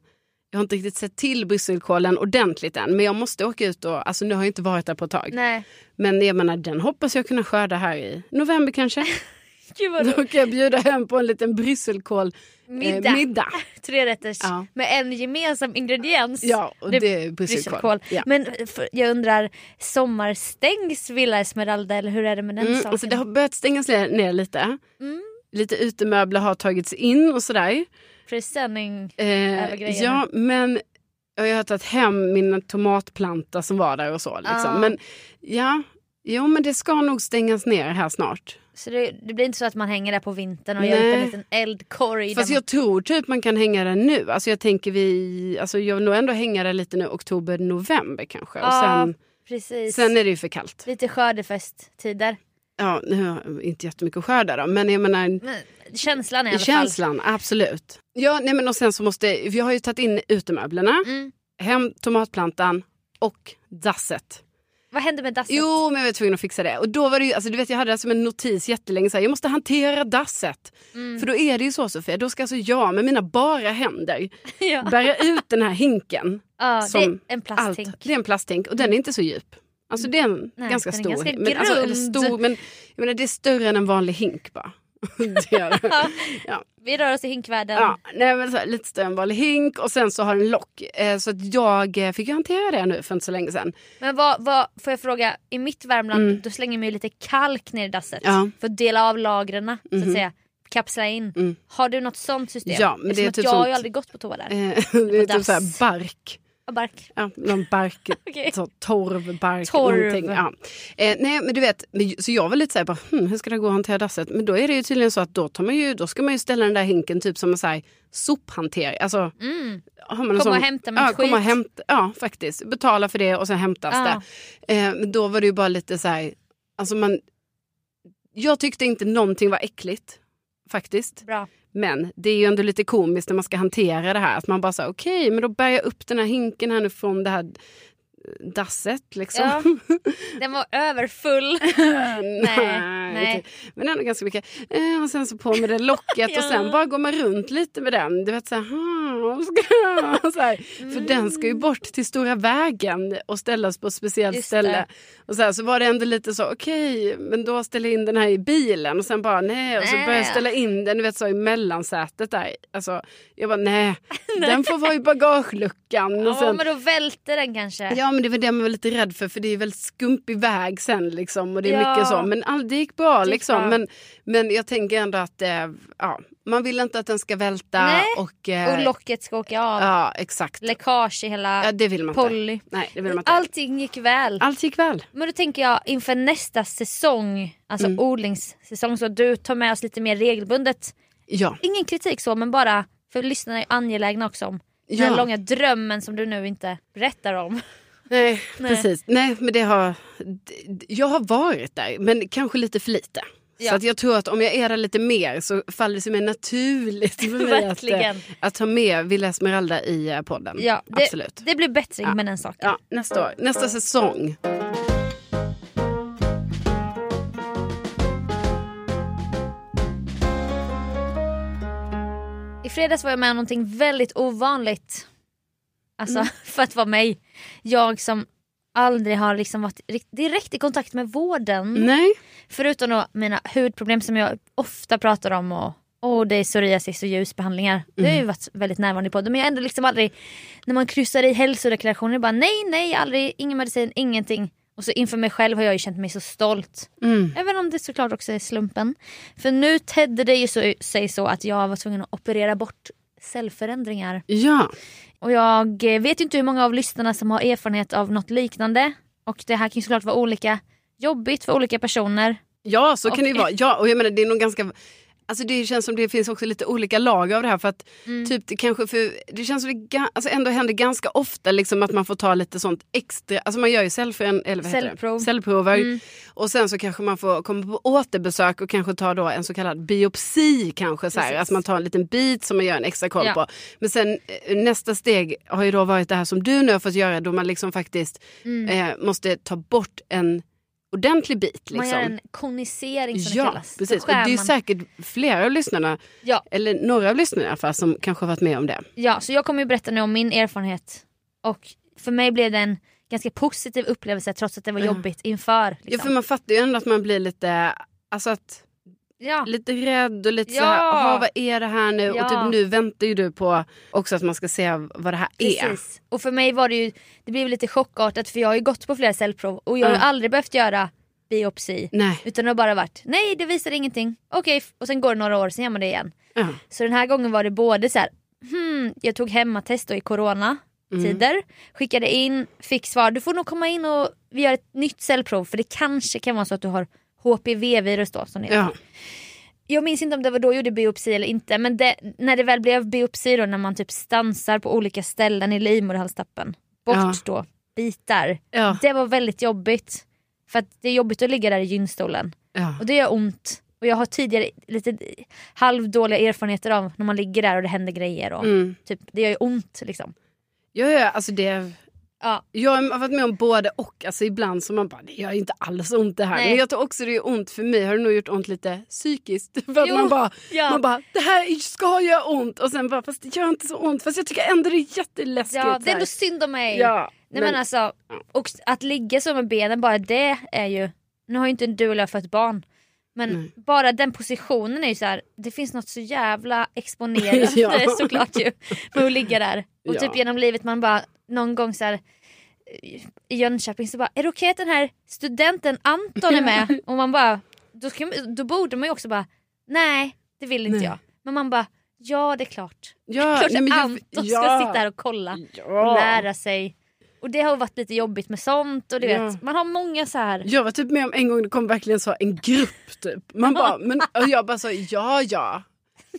[SPEAKER 2] jag har inte riktigt sett till brysselkålen ordentligt än. Men jag måste åka ut och, alltså nu har jag inte varit där på ett tag.
[SPEAKER 1] Nej.
[SPEAKER 2] Men jag menar den hoppas jag kunna skörda här i november kanske.
[SPEAKER 1] Gud vad
[SPEAKER 2] Då
[SPEAKER 1] roligt.
[SPEAKER 2] kan jag bjuda hem på en liten brysselkål
[SPEAKER 1] Middag.
[SPEAKER 2] Eh, middag.
[SPEAKER 1] Tre rätters
[SPEAKER 2] Ja.
[SPEAKER 1] med en gemensam ingrediens.
[SPEAKER 2] Ja, och
[SPEAKER 1] Det
[SPEAKER 2] det,
[SPEAKER 1] är
[SPEAKER 2] är brysselkål.
[SPEAKER 1] Brysselkål.
[SPEAKER 2] Ja.
[SPEAKER 1] Men för, jag undrar, sommarstängs Villa Esmeralda eller hur är det med den
[SPEAKER 2] Mm,
[SPEAKER 1] saken?
[SPEAKER 2] alltså det har börjat stängas ner, ner lite.
[SPEAKER 1] Mm.
[SPEAKER 2] Lite utemöbler har tagits in och sådär.
[SPEAKER 1] Presenning. Över
[SPEAKER 2] Eh,
[SPEAKER 1] grejerna.
[SPEAKER 2] ja, men och jag har tagit hem min tomatplanta som var där och så. Liksom.
[SPEAKER 1] Ah.
[SPEAKER 2] Men ja, jo men det ska nog stängas ner här snart.
[SPEAKER 1] Så det, det blir inte så att man hänger där på vintern och gör
[SPEAKER 2] Nej.
[SPEAKER 1] upp en liten eldkorg.
[SPEAKER 2] Fast
[SPEAKER 1] där man-
[SPEAKER 2] jag tror typ man kan hänga den nu. Alltså jag tänker vi, alltså jag vill nog ändå hänga den lite nu, oktober, november kanske. Och
[SPEAKER 1] Ja,
[SPEAKER 2] sen,
[SPEAKER 1] precis.
[SPEAKER 2] sen är det ju för kallt.
[SPEAKER 1] Lite skördefesttider.
[SPEAKER 2] Ja, nu har jag inte jättemycket att skörda då, men jag menar,
[SPEAKER 1] Men känslan i alla fall.
[SPEAKER 2] Känslan, absolut. Ja, nej men och sen så måste, vi har ju tagit in utemöblerna,
[SPEAKER 1] Mm.
[SPEAKER 2] hem tomatplantan och dasset.
[SPEAKER 1] Vad hände med dasset?
[SPEAKER 2] Jo, men jag var tvungen att fixa det. Och då var det ju, alltså du vet jag hade det som en notis jättelänge, så här, jag måste hantera dasset.
[SPEAKER 1] Mm.
[SPEAKER 2] För då är det ju så Sofia, då ska alltså jag med mina bara händer
[SPEAKER 1] ja.
[SPEAKER 2] bära ut den här hinken.
[SPEAKER 1] ja, det är
[SPEAKER 2] som
[SPEAKER 1] en
[SPEAKER 2] Allt.
[SPEAKER 1] plasthink.
[SPEAKER 2] Det är en plasthink och den är inte så djup. Alltså det är en
[SPEAKER 1] Mm. Nej,
[SPEAKER 2] ganska
[SPEAKER 1] den är
[SPEAKER 2] stor.
[SPEAKER 1] ganska
[SPEAKER 2] men, alltså, eller
[SPEAKER 1] grund.
[SPEAKER 2] stor men jag menar, det är större än en vanlig hink bara. det gör det.
[SPEAKER 1] Vi rör oss i hinkvärlden.
[SPEAKER 2] Ja, nej, men så här, lite större än vanlig hink och sen så har den lock. Eh, så att jag eh, fick ju hantera det nu för inte så länge sedan.
[SPEAKER 1] Men vad, vad, får jag fråga, i mitt Värmland då slänger man ju lite kalk ner i dasset
[SPEAKER 2] Mm. Ja. Mhm.
[SPEAKER 1] för att dela av lagren så att säga. Kapsla in. Har du något sånt system?
[SPEAKER 2] Mm. Ja, men det
[SPEAKER 1] Eftersom
[SPEAKER 2] är
[SPEAKER 1] att
[SPEAKER 2] typ
[SPEAKER 1] jag har ju
[SPEAKER 2] sånt-
[SPEAKER 1] aldrig gått på toa där.
[SPEAKER 2] Eh, det är typ
[SPEAKER 1] dass.
[SPEAKER 2] så här bark.
[SPEAKER 1] Ja, bark.
[SPEAKER 2] Ja, någon bark,
[SPEAKER 1] Okej.
[SPEAKER 2] så torv, bark,
[SPEAKER 1] Torv.
[SPEAKER 2] någonting. Ja. Eh, nej men du vet, men- så jag var lite såhär, bara, hmm, hur ska det gå att hantera dasset? Men då är det ju tydligen så att då, tar man ju, då ska man ju ställa den där hinken typ som en så här sophantering. Alltså,
[SPEAKER 1] Mm.
[SPEAKER 2] har man en
[SPEAKER 1] Komma
[SPEAKER 2] sån,
[SPEAKER 1] och hämta mitt
[SPEAKER 2] ja, komma och
[SPEAKER 1] skit.
[SPEAKER 2] hämta, ja faktiskt, betala för det och sen hämtas
[SPEAKER 1] Ja.
[SPEAKER 2] det. Eh, men då var det ju bara lite såhär, alltså man, jag tyckte inte någonting var äckligt faktiskt.
[SPEAKER 1] Bra.
[SPEAKER 2] Men det är ju ändå lite komiskt när man ska hantera det här. Att man bara säger okej, men då bär jag upp den här hinken här nu från det här dasset liksom.
[SPEAKER 1] Ja. Den var överfull. nej, nej.
[SPEAKER 2] Men ändå ganska mycket. Eh, och sen så på med det locket
[SPEAKER 1] Ja.
[SPEAKER 2] och sen bara går man runt lite med den. Du vet så här, "Hmm, vad ska jag?" så här. För den ska ju bort till stora vägen och ställas på ett speciellt
[SPEAKER 1] Mm. Just
[SPEAKER 2] ställe.
[SPEAKER 1] det.
[SPEAKER 2] Och så, här, så var det ändå lite så, okej, men då ställer jag in den här i bilen och sen bara nej. Och så
[SPEAKER 1] Nej.
[SPEAKER 2] börjar jag ställa in den du vet så i mellansätet där. Alltså, jag bara nej, den får vara i bagageluckan. Och
[SPEAKER 1] Ja,
[SPEAKER 2] sen,
[SPEAKER 1] men då välter den kanske.
[SPEAKER 2] Ja men det var det man var lite rädd för för det är väldigt skumpig väg sen liksom och det är
[SPEAKER 1] Ja.
[SPEAKER 2] mycket så. Men all, det gick bra
[SPEAKER 1] gick
[SPEAKER 2] liksom.
[SPEAKER 1] bra.
[SPEAKER 2] Men, men jag tänker ändå att eh, ja, man vill inte att den ska välta
[SPEAKER 1] Nej.
[SPEAKER 2] och... eh,
[SPEAKER 1] Och locket ska åka av.
[SPEAKER 2] Ja exakt.
[SPEAKER 1] Läckage i hela
[SPEAKER 2] Ja, det vill man inte.
[SPEAKER 1] Polly.
[SPEAKER 2] Nej det vill man inte. Allt,
[SPEAKER 1] Allting gick väl.
[SPEAKER 2] gick väl.
[SPEAKER 1] Men då tänker jag inför nästa säsong, alltså
[SPEAKER 2] Mm.
[SPEAKER 1] odlingssäsong, så du tar med oss lite mer regelbundet.
[SPEAKER 2] Ja.
[SPEAKER 1] Ingen kritik så men bara för lyssnarna är angelägna också om den här
[SPEAKER 2] Ja.
[SPEAKER 1] långa drömmen som du nu inte berättar om.
[SPEAKER 2] Nej,
[SPEAKER 1] Nej.
[SPEAKER 2] precis. Nej men det har... d- d- Jag har varit där men kanske lite för lite.
[SPEAKER 1] Ja.
[SPEAKER 2] Så att jag tror att om jag är där lite mer så faller det sig mer naturligt för mig att, eh,
[SPEAKER 1] Verkligen.
[SPEAKER 2] att ta med Villa Esmeralda i eh, podden.
[SPEAKER 1] Ja, det,
[SPEAKER 2] Absolut.
[SPEAKER 1] det blir bättring med den saken.
[SPEAKER 2] Ja, nästa år. Nästa säsong.
[SPEAKER 1] I fredags var jag med om någonting väldigt ovanligt. Alltså för att vara mig. Jag som aldrig har liksom varit rikt- direkt i kontakt med vården.
[SPEAKER 2] Nej.
[SPEAKER 1] Förutom då mina hudproblem som jag ofta pratar om och oh, det är psoriasis och ljusbehandlingar. Det har ju varit väldigt närvarande i podden men jag har ändå liksom aldrig, när man kryssar i hälsodeklarationer bara nej, nej, aldrig, ingen medicin, ingenting. Och så inför mig själv har jag ju känt mig så stolt.
[SPEAKER 2] Mm.
[SPEAKER 1] Även om det såklart också är slumpen. För nu tedde det ju så, sig så att jag var tvungen att operera bort cellförändringar.
[SPEAKER 2] Ja.
[SPEAKER 1] Och jag eh, vet ju inte hur många av lyssnarna som har erfarenhet av något liknande. Och det här kan ju såklart vara olika jobbigt för olika personer.
[SPEAKER 2] Ja, så kan det ju
[SPEAKER 1] Och-
[SPEAKER 2] vara. Ja, och jag menar, det är nog ganska... Alltså det känns som det finns också lite olika lager av det här. För att
[SPEAKER 1] Mm.
[SPEAKER 2] typ det kanske för, det känns som det ga, alltså ändå händer ganska ofta liksom att man får ta lite sånt extra. Alltså man gör ju cellföränd- eller vad heter
[SPEAKER 1] Cellprov. Mm.
[SPEAKER 2] Det? cellprover. Och sen så kanske man får komma på återbesök och kanske ta då en så kallad biopsi kanske. Så här,
[SPEAKER 1] Precis.
[SPEAKER 2] att man tar en liten bit som man gör en extra koll
[SPEAKER 1] Ja.
[SPEAKER 2] på. Men sen eh, nästa steg har ju då varit det här som du nu har fått göra då man liksom faktiskt
[SPEAKER 1] Mm.
[SPEAKER 2] eh, måste ta bort en ordentlig bit. Liksom.
[SPEAKER 1] Man gör en konisering som det
[SPEAKER 2] Ja,
[SPEAKER 1] kallas. Då
[SPEAKER 2] precis. Och det
[SPEAKER 1] skär
[SPEAKER 2] är ju
[SPEAKER 1] man-
[SPEAKER 2] säkert flera av lyssnarna,
[SPEAKER 1] ja,
[SPEAKER 2] eller några av lyssnarna i alla fall, som kanske har varit med om det.
[SPEAKER 1] ja, så jag kommer ju berätta nu om min erfarenhet. Och för mig blev det en ganska positiv upplevelse trots att det var jobbigt inför. Liksom.
[SPEAKER 2] Ja, för man fattar ju ändå att man blir lite, alltså att,
[SPEAKER 1] Ja.
[SPEAKER 2] lite rädd och lite
[SPEAKER 1] Ja.
[SPEAKER 2] så här, "Aha, vad är det här nu?
[SPEAKER 1] Ja.
[SPEAKER 2] Och typ nu väntar ju du på också att man ska se vad det här är.
[SPEAKER 1] Precis. Och för mig var det ju, det blev lite chockartat för jag har ju gått på flera cellprov och jag har ju
[SPEAKER 2] Mm.
[SPEAKER 1] aldrig behövt göra biopsi.
[SPEAKER 2] Nej.
[SPEAKER 1] Utan det har bara varit, nej det visar ingenting, okej f- och sen går det några år sen gör man det igen.
[SPEAKER 2] Ja.
[SPEAKER 1] Så den här gången var det både så här, hmm, jag tog hemmatest då i
[SPEAKER 2] Mm.
[SPEAKER 1] coronatider, skickade in, fick svar, du får nog komma in och vi gör ett nytt cellprov för det kanske kan vara så att du har HPV-virus då som det heter.
[SPEAKER 2] Ja.
[SPEAKER 1] Jag minns inte om det var då jag gjorde biopsi eller inte men det, när det väl blev biopsi då när man typ stansar på olika ställen i livmoderhalstappen bort
[SPEAKER 2] Ja.
[SPEAKER 1] då bitar.
[SPEAKER 2] Ja.
[SPEAKER 1] Det var väldigt jobbigt. För att det är jobbigt att ligga där i gynstolen
[SPEAKER 2] Ja.
[SPEAKER 1] och det gör ont. Och jag har tidigare lite halvdåliga erfarenheter av när man ligger där och det händer grejer. Och
[SPEAKER 2] Mm.
[SPEAKER 1] typ, det gör ju ont liksom.
[SPEAKER 2] Ja, ja, alltså det...
[SPEAKER 1] Ja.
[SPEAKER 2] Jag har varit med om både och. Alltså ibland så man bara, det gör inte alls ont det här.
[SPEAKER 1] Nej.
[SPEAKER 2] Men jag tror också det är ont för mig. Har det nog gjort ont lite psykiskt. För att
[SPEAKER 1] Jo,
[SPEAKER 2] man, bara,
[SPEAKER 1] ja.
[SPEAKER 2] man bara, det här ska göra ont. Och sen bara, fast det gör inte så ont. Fast jag tycker ändå det är jätteläskigt.
[SPEAKER 1] Ja, det är
[SPEAKER 2] så här.
[SPEAKER 1] ändå synd om mig.
[SPEAKER 2] ja,
[SPEAKER 1] Nej, men, alltså, och s- att ligga så med benen, bara det är ju... Nu har ju inte du eller jag fött barn. Men
[SPEAKER 2] Nej.
[SPEAKER 1] bara den positionen är ju så här, det finns något så jävla exponerat
[SPEAKER 2] Ja.
[SPEAKER 1] eh, såklart ju. Med att ligga där. Och
[SPEAKER 2] Ja.
[SPEAKER 1] typ genom livet man bara någon gång så här i Jönköping så bara, är det okej att den här studenten Anton är med? Och man bara, då, ska, man- då borde man ju också bara, nej det vill inte
[SPEAKER 2] Nej.
[SPEAKER 1] jag. Men man bara, ja det är klart.
[SPEAKER 2] ja,
[SPEAKER 1] klart
[SPEAKER 2] nej, men jag-
[SPEAKER 1] Anton
[SPEAKER 2] ja.
[SPEAKER 1] ska sitta här och kolla och
[SPEAKER 2] Ja.
[SPEAKER 1] lära sig. Och det har varit lite jobbigt med sånt och du
[SPEAKER 2] Ja.
[SPEAKER 1] vet, man har många så här.
[SPEAKER 2] Jag var typ med om en gång det kom verkligen så en grupp typ. Man bara, men, och jag bara sa ja ja.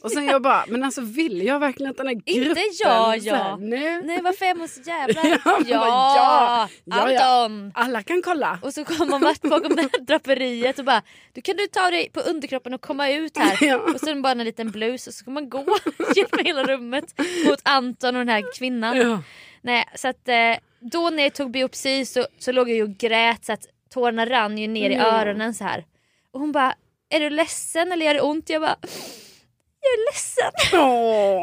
[SPEAKER 2] Och sen jag bara, men alltså vill jag verkligen att den här gruppen...
[SPEAKER 1] ja,
[SPEAKER 2] Så här,
[SPEAKER 1] ja.
[SPEAKER 2] nej.
[SPEAKER 1] Nej varför är man så jävla...
[SPEAKER 2] Ja,
[SPEAKER 1] Ja,
[SPEAKER 2] man bara, ja. Ja, ja.
[SPEAKER 1] Anton!
[SPEAKER 2] Alla kan kolla.
[SPEAKER 1] Och så kommer man vart bakom det här draperiet och bara du kan du ta dig på underkroppen och komma ut här.
[SPEAKER 2] Ja.
[SPEAKER 1] Och sen bara en liten blus och så kommer man gå genom hela rummet mot Anton och den här kvinnan.
[SPEAKER 2] Ja.
[SPEAKER 1] Nej, så att, eh, då när jag tog biopsi så, så låg jag ju och grät så att tårarna rann ju ner i
[SPEAKER 2] Ja.
[SPEAKER 1] öronen så här. Och hon bara, är du ledsen eller gör det ont? Jag bara, jag är ledsen. Hon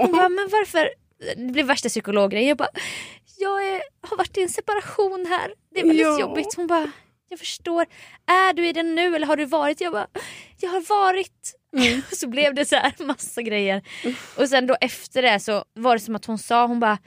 [SPEAKER 2] Åh.
[SPEAKER 1] bara, men varför? Det blev värsta psykologgrejen. Jag bara, jag är, har varit i en separation här. Det är väldigt
[SPEAKER 2] Ja.
[SPEAKER 1] jobbigt. Hon bara, jag förstår. Är du i den nu eller har du varit? Jag bara, jag har varit. Och så blev det så här massa grejer. Och sen då efter det så var det som att hon sa, hon bara,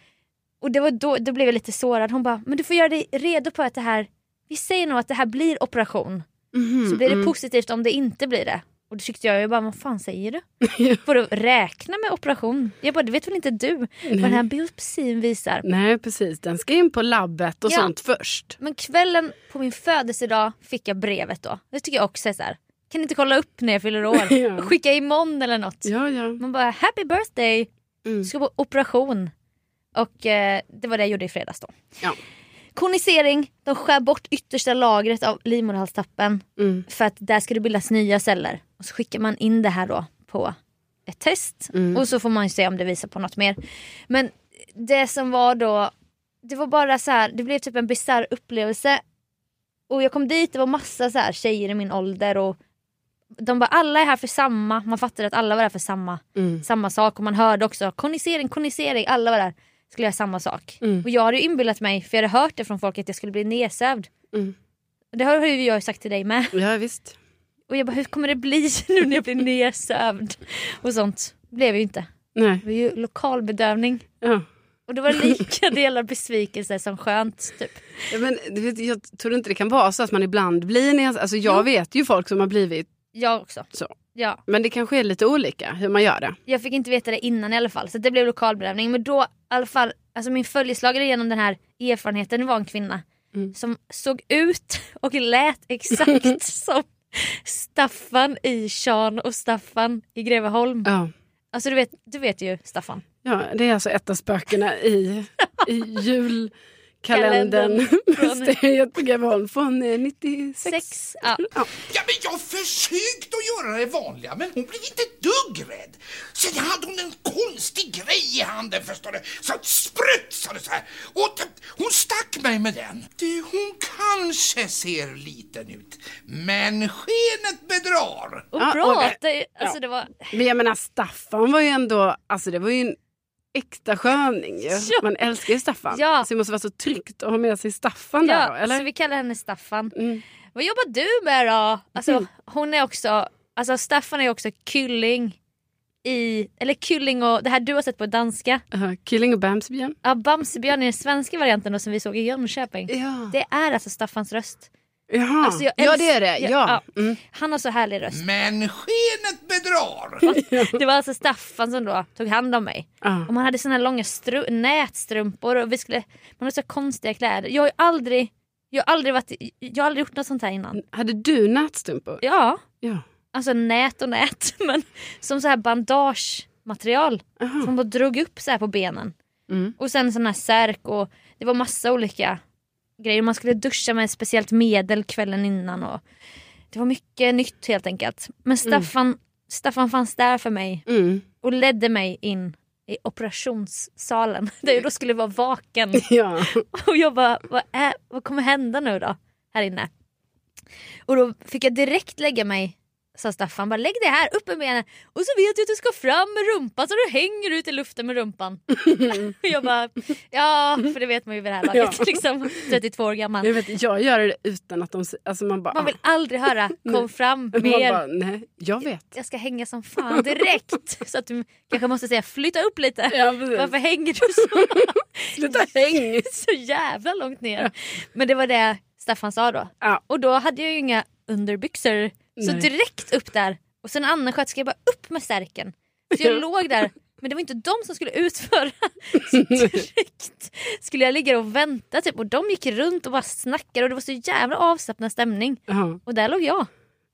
[SPEAKER 1] och det var då, då blev jag lite sårad. Hon bara, men du får göra dig redo på att det här, vi säger nog att det här blir operation.
[SPEAKER 2] Mhm,
[SPEAKER 1] Så blir det
[SPEAKER 2] mm.
[SPEAKER 1] positivt om det inte blir det. Och då tyckte jag, jag bara, vad fan säger du?
[SPEAKER 2] Ja.
[SPEAKER 1] Får du räkna med operation? Jag bara, det vet väl inte du vad den här biopsin visar.
[SPEAKER 2] Nej precis, den ska in på labbet och
[SPEAKER 1] Ja.
[SPEAKER 2] sånt först.
[SPEAKER 1] Men kvällen på min födelsedag fick jag brevet då. Det tycker jag också är så här. Kan ni inte kolla upp när jag fyller år?
[SPEAKER 2] Ja.
[SPEAKER 1] Och Skicka imorgon eller något.
[SPEAKER 2] Ja, ja.
[SPEAKER 1] Man bara, happy birthday!
[SPEAKER 2] Mm.
[SPEAKER 1] Du ska på operation. Och eh, det var det jag gjorde i fredags då.
[SPEAKER 2] Ja.
[SPEAKER 1] Konisering, de skär bort yttersta lagret av livmoderhalstappen.
[SPEAKER 2] Mm.
[SPEAKER 1] För att där ska det bildas nya celler. Och så skickar man in det här då på ett test.
[SPEAKER 2] Mm.
[SPEAKER 1] Och så får man ju se om det visar på något mer. Men det som var då, det var bara så här, det blev typ en bisarr upplevelse. Och jag kom dit, det var massa så här tjejer i min ålder och de bara alla är här för samma, man fattade att alla var där för samma,
[SPEAKER 2] Mm.
[SPEAKER 1] samma sak och man hörde också konisering, konisering, alla var där skulle göra samma sak.
[SPEAKER 2] Mm.
[SPEAKER 1] Och jag hade ju inbillat mig, för jag hade hört det från folk att jag skulle bli nedsövd.
[SPEAKER 2] Mm.
[SPEAKER 1] Det har ju jag sagt till dig med.
[SPEAKER 2] Ja visst.
[SPEAKER 1] Och jag bara, hur kommer det bli nu när jag blir nedsövd? Och sånt. blev ju inte.
[SPEAKER 2] Nej.
[SPEAKER 1] Det var ju lokalbedövning.
[SPEAKER 2] Ja.
[SPEAKER 1] Och det var lika delar besvikelse som skönt. Typ.
[SPEAKER 2] Ja, Men, du vet, jag tror inte det kan vara så att man ibland blir nes- Alltså jag
[SPEAKER 1] Jo.
[SPEAKER 2] vet ju folk som har blivit
[SPEAKER 1] Jag också.
[SPEAKER 2] Så.
[SPEAKER 1] Ja.
[SPEAKER 2] men det kanske är lite olika hur man gör det.
[SPEAKER 1] Jag fick inte veta det innan i alla fall. Så det blev lokalbedövning. Men då i alla fall, alltså min följeslagare genom den här erfarenheten var en kvinna.
[SPEAKER 2] Mm.
[SPEAKER 1] Som såg ut och lät exakt som Staffan i Sean och Staffan i Greveholm.
[SPEAKER 2] Ja.
[SPEAKER 1] Alltså du vet, du vet ju Staffan.
[SPEAKER 2] Ja, det är alltså ett av spökena i, i julkalendern
[SPEAKER 1] Från-
[SPEAKER 2] med Stenjet på Greveholm från eh, 96.
[SPEAKER 1] Sex. Ja.
[SPEAKER 3] Ja, men jag försökte att göra det vanliga, men hon blev inte ett dugg rädd. Sen hade hon en konstig grej i handen, förstår du, som sprutsade så här. Och t- hon stack mig med den. Du, hon kanske ser liten ut, men skenet bedrar.
[SPEAKER 1] Och
[SPEAKER 2] Ja,
[SPEAKER 1] bra
[SPEAKER 2] och det-
[SPEAKER 1] att det, alltså det var...
[SPEAKER 2] Men jag menar Staffan var ju ändå, alltså det var ju en äkta sköning ju.
[SPEAKER 1] Ja.
[SPEAKER 2] Man älskar ju Staffan.
[SPEAKER 1] Ja.
[SPEAKER 2] Så det måste vara så tryggt att ha med sig Staffan där då,
[SPEAKER 1] Ja,
[SPEAKER 2] eller?
[SPEAKER 1] så vi kallar henne Staffan.
[SPEAKER 2] Mm.
[SPEAKER 1] Vad jobbar du med då? Alltså, hon är också, alltså Staffan är också kylling i, eller kylling och det här du har sett på danska.
[SPEAKER 2] Ja, Eh, Killing och Bamsebjörn.
[SPEAKER 1] Ja, Bamsebjörn är den svenska varianten då, som vi såg i Jönköping.
[SPEAKER 2] Ja.
[SPEAKER 1] Det är alltså Staffans röst.
[SPEAKER 2] Jaha.
[SPEAKER 1] Alltså, jag
[SPEAKER 2] ja,
[SPEAKER 1] älsk-
[SPEAKER 2] det är det.
[SPEAKER 1] Ja,
[SPEAKER 2] Ja.
[SPEAKER 1] ja.
[SPEAKER 2] Mm.
[SPEAKER 1] Han har så härlig röst.
[SPEAKER 3] Men skenet bedrar.
[SPEAKER 2] Mm.
[SPEAKER 1] Det var alltså Staffan som då tog hand om mig.
[SPEAKER 2] Ja.
[SPEAKER 1] Och man hade såna här långa stru- nätstrumpor och vi skulle, man hade så här konstiga kläder. Jag har ju aldrig, jag har aldrig, varit, jag har aldrig gjort något sånt här innan.
[SPEAKER 2] Hade du nätstrumpor?
[SPEAKER 1] Ja.
[SPEAKER 2] Ja.
[SPEAKER 1] alltså nät och nät, men som så här bandagematerial
[SPEAKER 2] Jaha.
[SPEAKER 1] som de drog upp så här på benen.
[SPEAKER 2] Mm.
[SPEAKER 1] Och sen sån här särk och det var massa olika grejer. Man skulle duscha med ett speciellt medel kvällen innan och Det var mycket nytt helt enkelt. Men Staffan, Staffan fanns där för mig
[SPEAKER 2] Mm.
[SPEAKER 1] och ledde mig in i operationssalen där jag då skulle vara vaken.
[SPEAKER 2] Ja.
[SPEAKER 1] Och jag bara, vad, är, vad kommer hända nu då? Här inne. Och då fick jag direkt lägga mig, sa Staffan, bara lägg dig här, upp med benen. Och så vet du att du ska fram med rumpan så du hänger ut i luften med rumpan. och jag bara, ja för det vet man ju vid det här laget,
[SPEAKER 2] Ja.
[SPEAKER 1] liksom 32 år gammal.
[SPEAKER 2] Jag, vet, jag gör det utan att de... se- Alltså man bara...
[SPEAKER 1] Man vill aldrig höra kom fram
[SPEAKER 2] ah. man
[SPEAKER 1] mer.
[SPEAKER 2] bara nej, jag vet.
[SPEAKER 1] Jag ska hänga som fan direkt. Så att du kanske måste säga flytta upp lite.
[SPEAKER 2] Ja, precis.
[SPEAKER 1] Varför hänger du så?
[SPEAKER 2] Sluta häng!
[SPEAKER 1] så jävla långt ner. Men det var det Staffan sa då.
[SPEAKER 2] Ja.
[SPEAKER 1] Och då hade jag ju inga underbyxor. Så
[SPEAKER 2] Nej.
[SPEAKER 1] direkt upp där. Och sen en annan sköterska jag bara upp med stärken. Så jag låg där. Men det var inte de som skulle utföra. Så direkt skulle jag ligga och vänta typ. Och de gick runt och bara snackade och det var så jävla avslappnad stämning.
[SPEAKER 2] Ja,
[SPEAKER 1] Och där låg jag.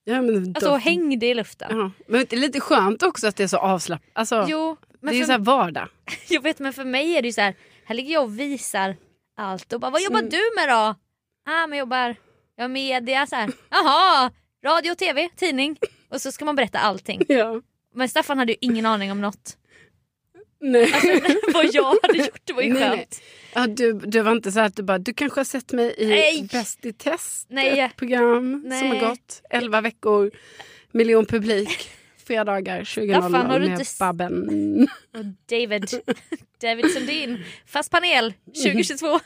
[SPEAKER 2] ja, men
[SPEAKER 1] Alltså
[SPEAKER 2] då-
[SPEAKER 1] och hängde i luften.
[SPEAKER 2] ja. Men det är lite skönt också att det är så avslappnat. Alltså,
[SPEAKER 1] Jo,
[SPEAKER 2] det är
[SPEAKER 1] men
[SPEAKER 2] ju
[SPEAKER 1] för,
[SPEAKER 2] så här vardag.
[SPEAKER 1] jag vet men för mig är det ju så här. Här ligger jag och visar allt och bara vad
[SPEAKER 2] Mm.
[SPEAKER 1] jobbar du med då? Ah men jag jobbar, jag har media så här. Jaha, radio, tv, tidning. Och så ska man berätta allting.
[SPEAKER 2] Ja.
[SPEAKER 1] Men Staffan hade ju ingen aning om något.
[SPEAKER 2] Nej.
[SPEAKER 1] Vad jag hade gjort det var ju
[SPEAKER 2] Nej, nej.
[SPEAKER 1] Alltså, skönt.
[SPEAKER 2] Ja, du, du var inte så här att du bara, du kanske har sett mig i
[SPEAKER 1] Nej.
[SPEAKER 2] Bäst i test,
[SPEAKER 1] Nej.
[SPEAKER 2] ett program som
[SPEAKER 1] Nej.
[SPEAKER 2] har gått 11 veckor, miljon publik, fredagar 20.00
[SPEAKER 1] Staffan, har du
[SPEAKER 2] med
[SPEAKER 1] inte s-
[SPEAKER 2] Babben.
[SPEAKER 1] Och David, David Sundin, fast panel 2022.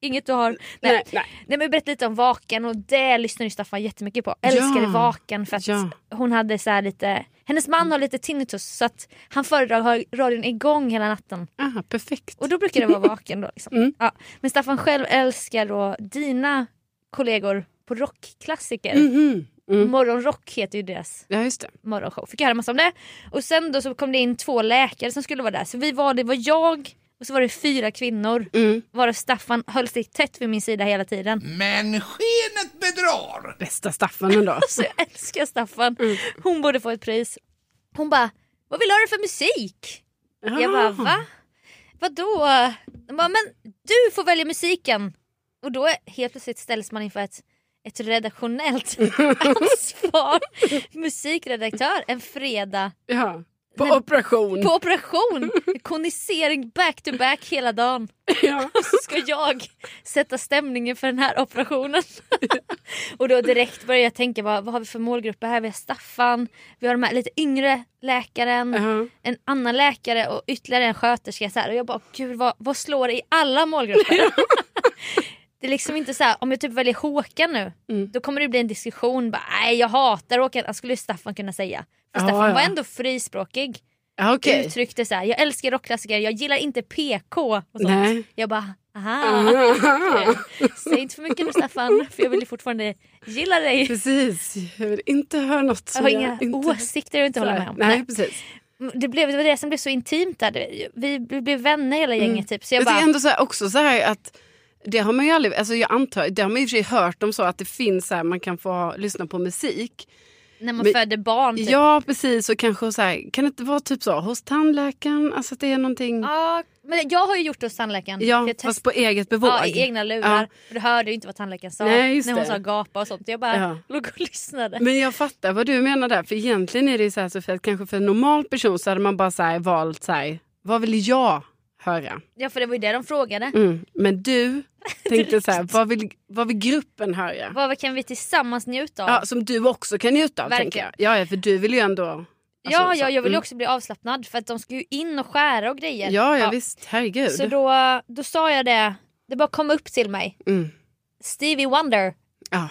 [SPEAKER 1] Inget du har. Nej.
[SPEAKER 2] Nej, nej.
[SPEAKER 1] Nej men berätta lite om Vaken och det lyssnar ju Staffan jättemycket på. Älskade
[SPEAKER 2] Ja.
[SPEAKER 1] Vaken för att
[SPEAKER 2] Ja.
[SPEAKER 1] hon hade så här lite, hennes man har lite tinnitus så att han föredrar att ha radion igång hela natten.
[SPEAKER 2] Aha, perfekt.
[SPEAKER 1] Och då brukar det vara Vaken då. Liksom.
[SPEAKER 2] Mm.
[SPEAKER 1] Ja. Men Staffan själv älskar då dina kollegor på rockklassiker.
[SPEAKER 2] Mhm. Mm.
[SPEAKER 1] Morgonrock heter ju deras
[SPEAKER 2] Ja, just det.
[SPEAKER 1] morgonshow. Fick jag höra massa om det. Och sen då så kom det in två läkare som skulle vara där. Så vi var, det var jag och så var det fyra kvinnor.
[SPEAKER 2] Mm.
[SPEAKER 1] Varav Staffan höll sig tätt vid min sida hela tiden.
[SPEAKER 3] Men skenet bedrar.
[SPEAKER 2] Bästa Staffan ändå.
[SPEAKER 1] Så jag älskar Staffan.
[SPEAKER 2] Mm.
[SPEAKER 1] Hon borde få ett pris. Hon bara, vad vill du ha det för musik? Jag
[SPEAKER 2] Ah.
[SPEAKER 1] bara, va? Vadå? Hon bara, men du får välja musiken. Och då är- helt plötsligt ställs man inför ett, ett redaktionellt ansvar. Musikredaktör en fredag
[SPEAKER 2] Ja. På operation.
[SPEAKER 1] på operation. Konisering back to back hela dagen.
[SPEAKER 2] Ja.
[SPEAKER 1] Och så ska jag sätta stämningen för den här operationen. och då direkt började jag tänka vad, vad har vi för målgrupper här? Vi har Staffan, vi har de här lite yngre läkaren,
[SPEAKER 2] Ja.
[SPEAKER 1] en annan läkare och ytterligare en sköterska. Så här. Och jag bara gud vad, vad slår det i alla målgrupper? det är liksom inte så här om jag typ väljer Håkan nu
[SPEAKER 2] Mm.
[SPEAKER 1] då kommer det bli en diskussion. Bara, Nej jag hatar Håkan, Han skulle ju Staffan kunna säga. För
[SPEAKER 2] Ja,
[SPEAKER 1] Staffan var
[SPEAKER 2] ja.
[SPEAKER 1] ändå frispråkig.
[SPEAKER 2] Ja, Okej.
[SPEAKER 1] Uttryckte så här, jag älskar rockklassiker, jag gillar inte PK. Och sånt.
[SPEAKER 2] Nej.
[SPEAKER 1] Jag bara, aha.
[SPEAKER 2] Aha.
[SPEAKER 1] Säg inte för mycket nu Staffan, för jag vill ju fortfarande gilla dig.
[SPEAKER 2] Precis. Jag vill inte höra något
[SPEAKER 1] Jag
[SPEAKER 2] som
[SPEAKER 1] har
[SPEAKER 2] jag
[SPEAKER 1] inga
[SPEAKER 2] inte...
[SPEAKER 1] åsikter jag inte håller med om.
[SPEAKER 2] Nej, precis.
[SPEAKER 1] Mm, Det, blev, det var det som blev så intimt där. Det- Vi, vi blev vänner hela gänget typ. Så jag
[SPEAKER 2] Mm. Jag
[SPEAKER 1] bara,
[SPEAKER 2] tycker ändå så här, också så här att det har man ju aldrig, alltså jag antar, det har man i och för sig hört om så att det finns så här, man kan få ha- lyssna på musik.
[SPEAKER 1] när man
[SPEAKER 2] men-
[SPEAKER 1] föder barn typ.
[SPEAKER 2] Ja precis och kanske så här, kan det inte vara typ så hos tandläkaren, alltså att det är någonting,
[SPEAKER 1] Ja, men jag har ju gjort det hos tandläkaren. För
[SPEAKER 2] ja
[SPEAKER 1] jag
[SPEAKER 2] fast
[SPEAKER 1] testade
[SPEAKER 2] på eget bevåg.
[SPEAKER 1] ja, i egna lurar.
[SPEAKER 2] Ja.
[SPEAKER 1] Och du hörde ju inte vad tandläkaren sa.
[SPEAKER 2] Nej, just
[SPEAKER 1] när hon
[SPEAKER 2] det.
[SPEAKER 1] sa gapa och sånt. Jag bara
[SPEAKER 2] Ja. Mm.
[SPEAKER 1] låg och lyssnade.
[SPEAKER 2] Men jag fattar vad du menar där, för egentligen är det ju så här Sofia, att kanske för en normal person så hade man bara så här, valt så här, vad vill jag höra?
[SPEAKER 1] Ja för det var ju det de frågade.
[SPEAKER 2] Mm. Men du tänkte så här, vad vill, vad vill gruppen höra?
[SPEAKER 1] Vad kan vi tillsammans njuta av?
[SPEAKER 2] Ja, som du också kan njuta av tänker
[SPEAKER 1] Verkligen.
[SPEAKER 2] jag. Ja, ja, för du vill ju ändå
[SPEAKER 1] ja,
[SPEAKER 2] alltså,
[SPEAKER 1] ja,
[SPEAKER 2] så-
[SPEAKER 1] jag vill ju
[SPEAKER 2] mm.
[SPEAKER 1] också bli avslappnad för att de ska ju in och skära och grejer.
[SPEAKER 2] Ja, ja, visst. Herregud.
[SPEAKER 1] Så då, då sa jag det, det bara kom upp till mig.
[SPEAKER 2] Mm.
[SPEAKER 1] Stevie Wonder.
[SPEAKER 2] Ja.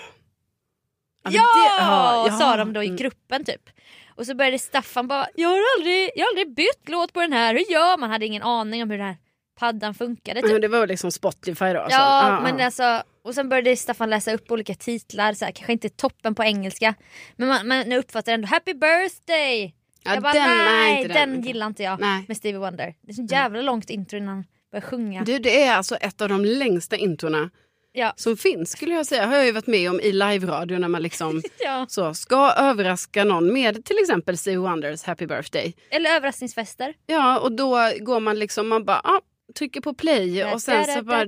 [SPEAKER 2] Ja, men
[SPEAKER 1] Ja!
[SPEAKER 2] det- ja, ja.
[SPEAKER 1] Sa de då i
[SPEAKER 2] Mm.
[SPEAKER 1] gruppen typ. Och så började Staffan bara, jag har aldrig, jag har aldrig bytt låt på den här, hur gör man? Hade ingen aning om hur den här paddan funkade. Typ.
[SPEAKER 2] Ja, men det var ju liksom Spotify då. alltså.
[SPEAKER 1] Ja, men
[SPEAKER 2] ja.
[SPEAKER 1] alltså, och sen började Staffan läsa upp olika titlar, så här, kanske inte toppen på engelska. Men man, man jag uppfattar ändå happy birthday.
[SPEAKER 2] Ja,
[SPEAKER 1] jag bara
[SPEAKER 2] den- nej,
[SPEAKER 1] nej,
[SPEAKER 2] inte
[SPEAKER 1] den,
[SPEAKER 2] den.
[SPEAKER 1] gillar inte jag
[SPEAKER 2] Nej.
[SPEAKER 1] med Stevie Wonder. Det är så jävla långt intro innan han börjar sjunga.
[SPEAKER 2] Du, det är alltså ett av de längsta introna
[SPEAKER 1] Ja.
[SPEAKER 2] som finns skulle jag säga. Har jag ju varit med om i live-radio när man liksom
[SPEAKER 1] Ja.
[SPEAKER 2] så ska överraska någon med till exempel Stevie Wonders Happy Birthday.
[SPEAKER 1] Eller överraskningsfester.
[SPEAKER 2] Ja, och då går man liksom, man bara ah, trycker på play och sen så bara...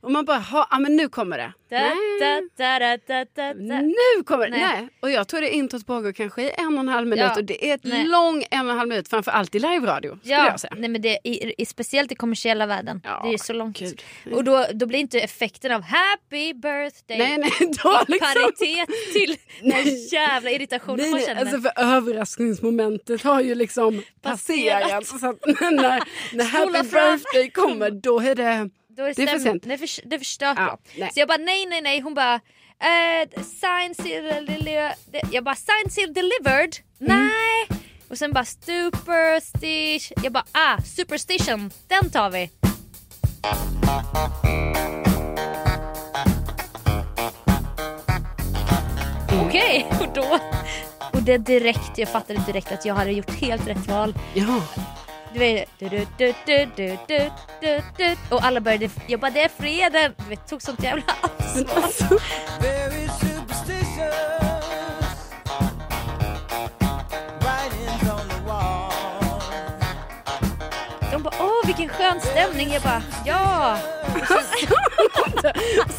[SPEAKER 2] Och man bara, ha, ah, men nu kommer det.
[SPEAKER 1] Da, da, da, da, da, da, da.
[SPEAKER 2] Nu kommer det!
[SPEAKER 1] Nej.
[SPEAKER 2] Nej. Och jag tog det intot pågår kanske i en och en halv minut
[SPEAKER 1] Ja.
[SPEAKER 2] och det är ett
[SPEAKER 1] Nej.
[SPEAKER 2] lång en och en halv minut framförallt i live-radio. skulle
[SPEAKER 1] Ja,
[SPEAKER 2] jag säga.
[SPEAKER 1] nej men det, i, i, speciellt i kommersiella världen.
[SPEAKER 2] Ja,
[SPEAKER 1] det är ju så långt.
[SPEAKER 2] gud.
[SPEAKER 1] Och då, då blir inte effekten av happy birthday
[SPEAKER 2] Nej, nej, då
[SPEAKER 1] i
[SPEAKER 2] liksom.
[SPEAKER 1] paritet till den jävla irritationen
[SPEAKER 2] Nej,
[SPEAKER 1] man
[SPEAKER 2] nej,
[SPEAKER 1] känner.
[SPEAKER 2] alltså för överraskningsmomentet har ju liksom
[SPEAKER 1] Passerat.
[SPEAKER 2] passerat. Så att när, när happy
[SPEAKER 1] fram.
[SPEAKER 2] birthday kommer då är det...
[SPEAKER 1] Då är det,
[SPEAKER 2] Det är för
[SPEAKER 1] stäm-
[SPEAKER 2] sent.
[SPEAKER 1] Det är för, det är för stört
[SPEAKER 2] Ja,
[SPEAKER 1] då.
[SPEAKER 2] nej.
[SPEAKER 1] Så jag bara nej, nej, nej. Hon bara eh, sign seal deli- de- Jag bara sign seal delivered.
[SPEAKER 2] Mm.
[SPEAKER 1] Nej. Och sen bara superstition. Jag bara ah, superstition. Den tar vi. Okej, och då... Och det direkt, jag fattade direkt att jag hade gjort helt rätt val.
[SPEAKER 2] Ja.
[SPEAKER 1] Du vet, du, du, du, du, du, du, du, du. Och alla började jobba, det är fredag. Du vet, tog sånt jävla
[SPEAKER 2] Men
[SPEAKER 1] ansvar.
[SPEAKER 2] alltså,
[SPEAKER 4] Very superstitious. Writings on the wall.
[SPEAKER 1] De bara, åh vilken skön stämning. Jag bara, ja,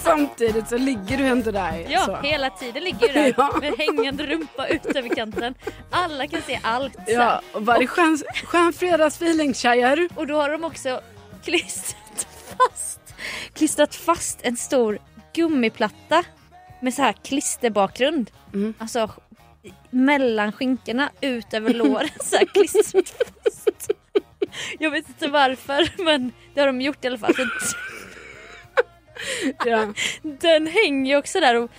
[SPEAKER 2] samtidigt så ligger du ändå där.
[SPEAKER 1] ja.
[SPEAKER 2] så.
[SPEAKER 1] Hela tiden ligger du där
[SPEAKER 2] Ja.
[SPEAKER 1] med hängande rumpa ut över kanten. Alla kan se allt. så här.
[SPEAKER 2] ja och bara det är skön, skön fredagsfeeling tjejer.
[SPEAKER 1] Och då har de också klistrat fast, klistrat fast en stor gummiplatta med så här klisterbakgrund.
[SPEAKER 2] Mm.
[SPEAKER 1] Alltså i- mellan skinkorna ut över låren så här klistrat fast. Jag vet inte varför men det har de gjort i alla fall. Så d-
[SPEAKER 2] Ja.
[SPEAKER 1] den hänger ju också där och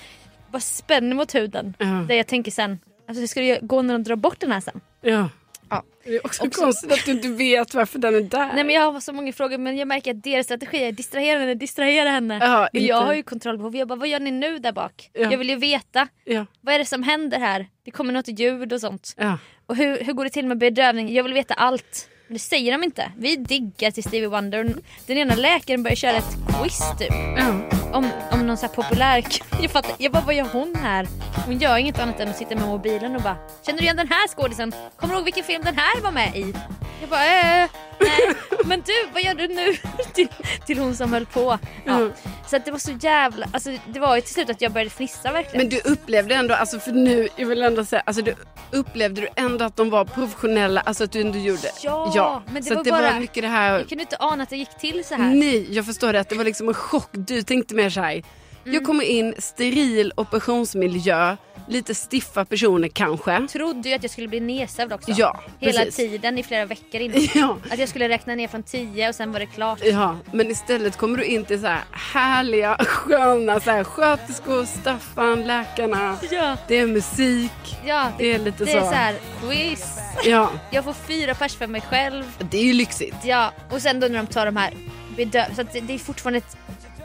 [SPEAKER 1] bara spänner mot huden.
[SPEAKER 2] Ja.
[SPEAKER 1] Där jag tänker sen, alltså hur ska det gå när de drar bort den här sen?
[SPEAKER 2] Ja.
[SPEAKER 1] Ja.
[SPEAKER 2] Det är också, konstigt att du inte vet varför den är där.
[SPEAKER 1] Nej men jag har så många frågor men jag märker att deras strategi är distrahera henne, distrahera henne.
[SPEAKER 2] Ja,
[SPEAKER 1] Men
[SPEAKER 2] inte-
[SPEAKER 1] jag har ju kontrollbehov. Jag bara, vad gör ni nu där bak?
[SPEAKER 2] Ja.
[SPEAKER 1] Jag vill ju veta.
[SPEAKER 2] ja.
[SPEAKER 1] Vad är det som händer här? Det kommer något ljud och sånt.
[SPEAKER 2] Ja.
[SPEAKER 1] Och hur, hur går det till med bedövning? Jag vill veta allt. Men det säger de inte. Vi diggar till Stevie Wonder. Den ena läkaren börjar köra ett quiz typ.
[SPEAKER 2] Ja.
[SPEAKER 1] Om, om någon så här populär... Jag fattar. Jag bara, vad gör hon här? Hon gör inget annat än att sitta med mobilen och bara Känner du igen den här skådisen? Kommer du ihåg vilken film den här var med i? Jag bara, eh, nej. Men du, vad gör du nu? till, till hon som höll på. Ja.
[SPEAKER 2] Mm.
[SPEAKER 1] Så att det var så jävla... Alltså, det var ju till slut att jag började fnissa verkligen.
[SPEAKER 2] Men du upplevde ändå, alltså för nu, jag vill ändå säga, alltså du, upplevde du ändå att de var professionella, alltså att du ändå gjorde?
[SPEAKER 1] Ja, men det
[SPEAKER 2] Så
[SPEAKER 1] var
[SPEAKER 2] att det
[SPEAKER 1] bara-
[SPEAKER 2] var mycket det Mm. här,
[SPEAKER 1] Jag kunde inte ana att det gick till så här.
[SPEAKER 2] nej jag förstår det, att det var liksom en chock, du tänkte mer så här, jag kommer in steril operationsmiljö, lite stiffa personer kanske.
[SPEAKER 1] Trodde ju att jag skulle bli nedsövd också.
[SPEAKER 2] Ja,
[SPEAKER 1] Hela
[SPEAKER 2] precis.
[SPEAKER 1] tiden i flera veckor innan.
[SPEAKER 2] Ja.
[SPEAKER 1] Att jag skulle räkna ner från 10 och sen var det klart.
[SPEAKER 2] Ja, men istället kommer du in till så här härliga, sköna så här, sköterskor, Staffan, läkarna.
[SPEAKER 1] Ja,
[SPEAKER 2] Det är musik.
[SPEAKER 1] ja
[SPEAKER 2] Det är lite
[SPEAKER 1] det
[SPEAKER 2] så.
[SPEAKER 1] är så här quiz.
[SPEAKER 2] Ja,
[SPEAKER 1] Jag får fyra pers för mig själv.
[SPEAKER 2] det är ju lyxigt.
[SPEAKER 1] Ja, och sen då när de tar de här bedö- så att det, det är fortfarande ett...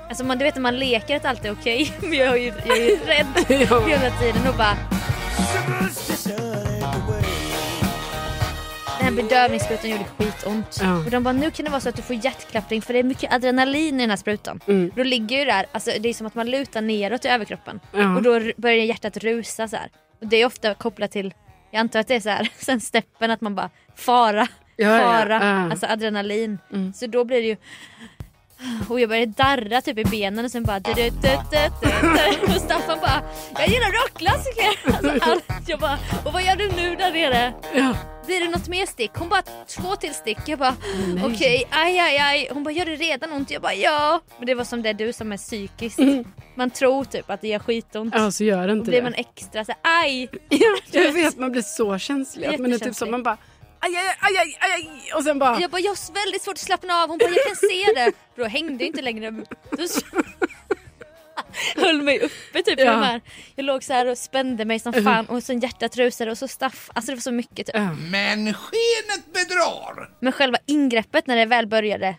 [SPEAKER 1] Alltså man, du vet när man leker att allt är okej men jag är ju, jag är ju rädd
[SPEAKER 2] Ja.
[SPEAKER 1] hela tiden och bara
[SPEAKER 4] Superstition everywhere.
[SPEAKER 1] den här bedövningssprutan gjorde skitont.
[SPEAKER 2] Ja.
[SPEAKER 1] Och de bara nu kan det vara så att du får hjärtklappning för det är mycket adrenalin i den här sprutan.
[SPEAKER 2] Mm.
[SPEAKER 1] Då ligger ju där, alltså det är som att man lutar neråt i överkroppen
[SPEAKER 2] Ja.
[SPEAKER 1] och då r- börjar hjärtat rusa så här. Och det är ofta kopplat till, jag antar att det är så här, sen steppen att man bara fara,
[SPEAKER 2] Ja, ja,
[SPEAKER 1] fara,
[SPEAKER 2] ja. Mm.
[SPEAKER 1] alltså adrenalin. Så då blir det ju och jag började darra typ i benen och sen bara du, du, du, du, du, du. Och Staffan bara Jag gillar rockklassiker! Alltså, allt. jag bara Och vad gör du nu där nere?
[SPEAKER 2] Ja.
[SPEAKER 1] Blir det något mer stick? Hon bara två till stick. Jag bara okej, aj aj aj. Hon bara gör det redan ont? Jag bara ja. Men det var som det du som är psykiskt. Man tror typ att det gör skitont.
[SPEAKER 2] Mm. ja, så gör det
[SPEAKER 1] Då
[SPEAKER 2] inte
[SPEAKER 1] blir
[SPEAKER 2] det.
[SPEAKER 1] man extra så här, aj.
[SPEAKER 2] Ja, jag vet, man blir så känslig. Att man är typ
[SPEAKER 1] Jättekänslig.
[SPEAKER 2] så, man bara aj, aj, aj, aj, aj, aj, och sen bara
[SPEAKER 1] Jag bara jag har väldigt svårt att slappna av. Hon bara jag kan se det. För då hängde jag inte längre. Då s- höll mig uppe typ. i
[SPEAKER 2] Ja.
[SPEAKER 1] De här. Jag låg så här och spände mig som fan och sen hjärtat rusade och så staff. Alltså det var så mycket typ.
[SPEAKER 2] Ja.
[SPEAKER 3] Men skenet bedrar.
[SPEAKER 1] Men själva ingreppet när det väl började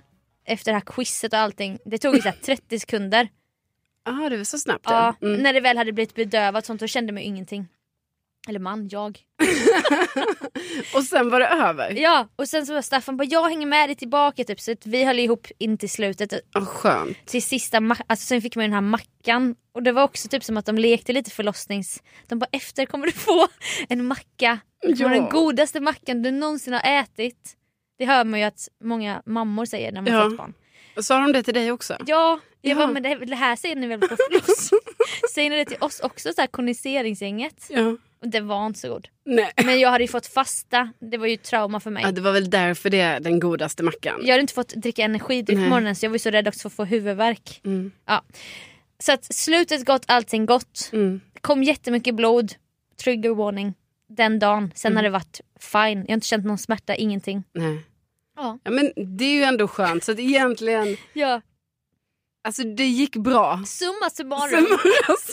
[SPEAKER 1] efter det här quizet och allting. Det tog ju så här 30 sekunder.
[SPEAKER 2] ah, det var så snabbt.
[SPEAKER 1] Ja,
[SPEAKER 2] ja. Mm.
[SPEAKER 1] När det väl hade blivit bedövat sånt då kände man ju ingenting. Eller man, jag.
[SPEAKER 2] Och sen var det över.
[SPEAKER 1] Ja, och sen så var Staffan bara jag hänger med dig tillbaka typ så att vi höll ihop in till slutet.
[SPEAKER 2] Ja, skönt.
[SPEAKER 1] Till sista ma- alltså sen fick man ju den här mackan och det var också typ som att de lekte lite förlossnings... De bara efter kommer du få en macka. Det var
[SPEAKER 2] Ja.
[SPEAKER 1] den godaste mackan du någonsin har ätit. Det hör man ju att många mammor säger när man
[SPEAKER 2] Ja.
[SPEAKER 1] fått barn.
[SPEAKER 2] Sa de det till dig också?
[SPEAKER 1] Ja, jag
[SPEAKER 2] Ja.
[SPEAKER 1] bara, men det, det här säger ni väl på floss? säger ni det till oss också, så här kondenseringsgänget?
[SPEAKER 2] Ja.
[SPEAKER 1] Och den var inte så god.
[SPEAKER 2] Nej.
[SPEAKER 1] Men jag hade ju fått fasta, det var ju trauma för mig.
[SPEAKER 2] Ja, det var väl därför det är den godaste mackan.
[SPEAKER 1] Jag hade inte fått dricka energidryck på
[SPEAKER 2] Nej. Mm.
[SPEAKER 1] morgonen så jag var ju så rädd också för att få huvudvärk. Ja. Så att slutet gott, allting gott.
[SPEAKER 2] Mm.
[SPEAKER 1] Kom jättemycket blod, trigger warning, den dagen. Sen har det varit fine. Jag har inte känt någon smärta, ingenting.
[SPEAKER 2] Nej.
[SPEAKER 1] Ja.
[SPEAKER 2] Ja, men det är ju ändå skönt. Så att egentligen,
[SPEAKER 1] ja.
[SPEAKER 2] alltså det gick bra.
[SPEAKER 1] Summa summarum.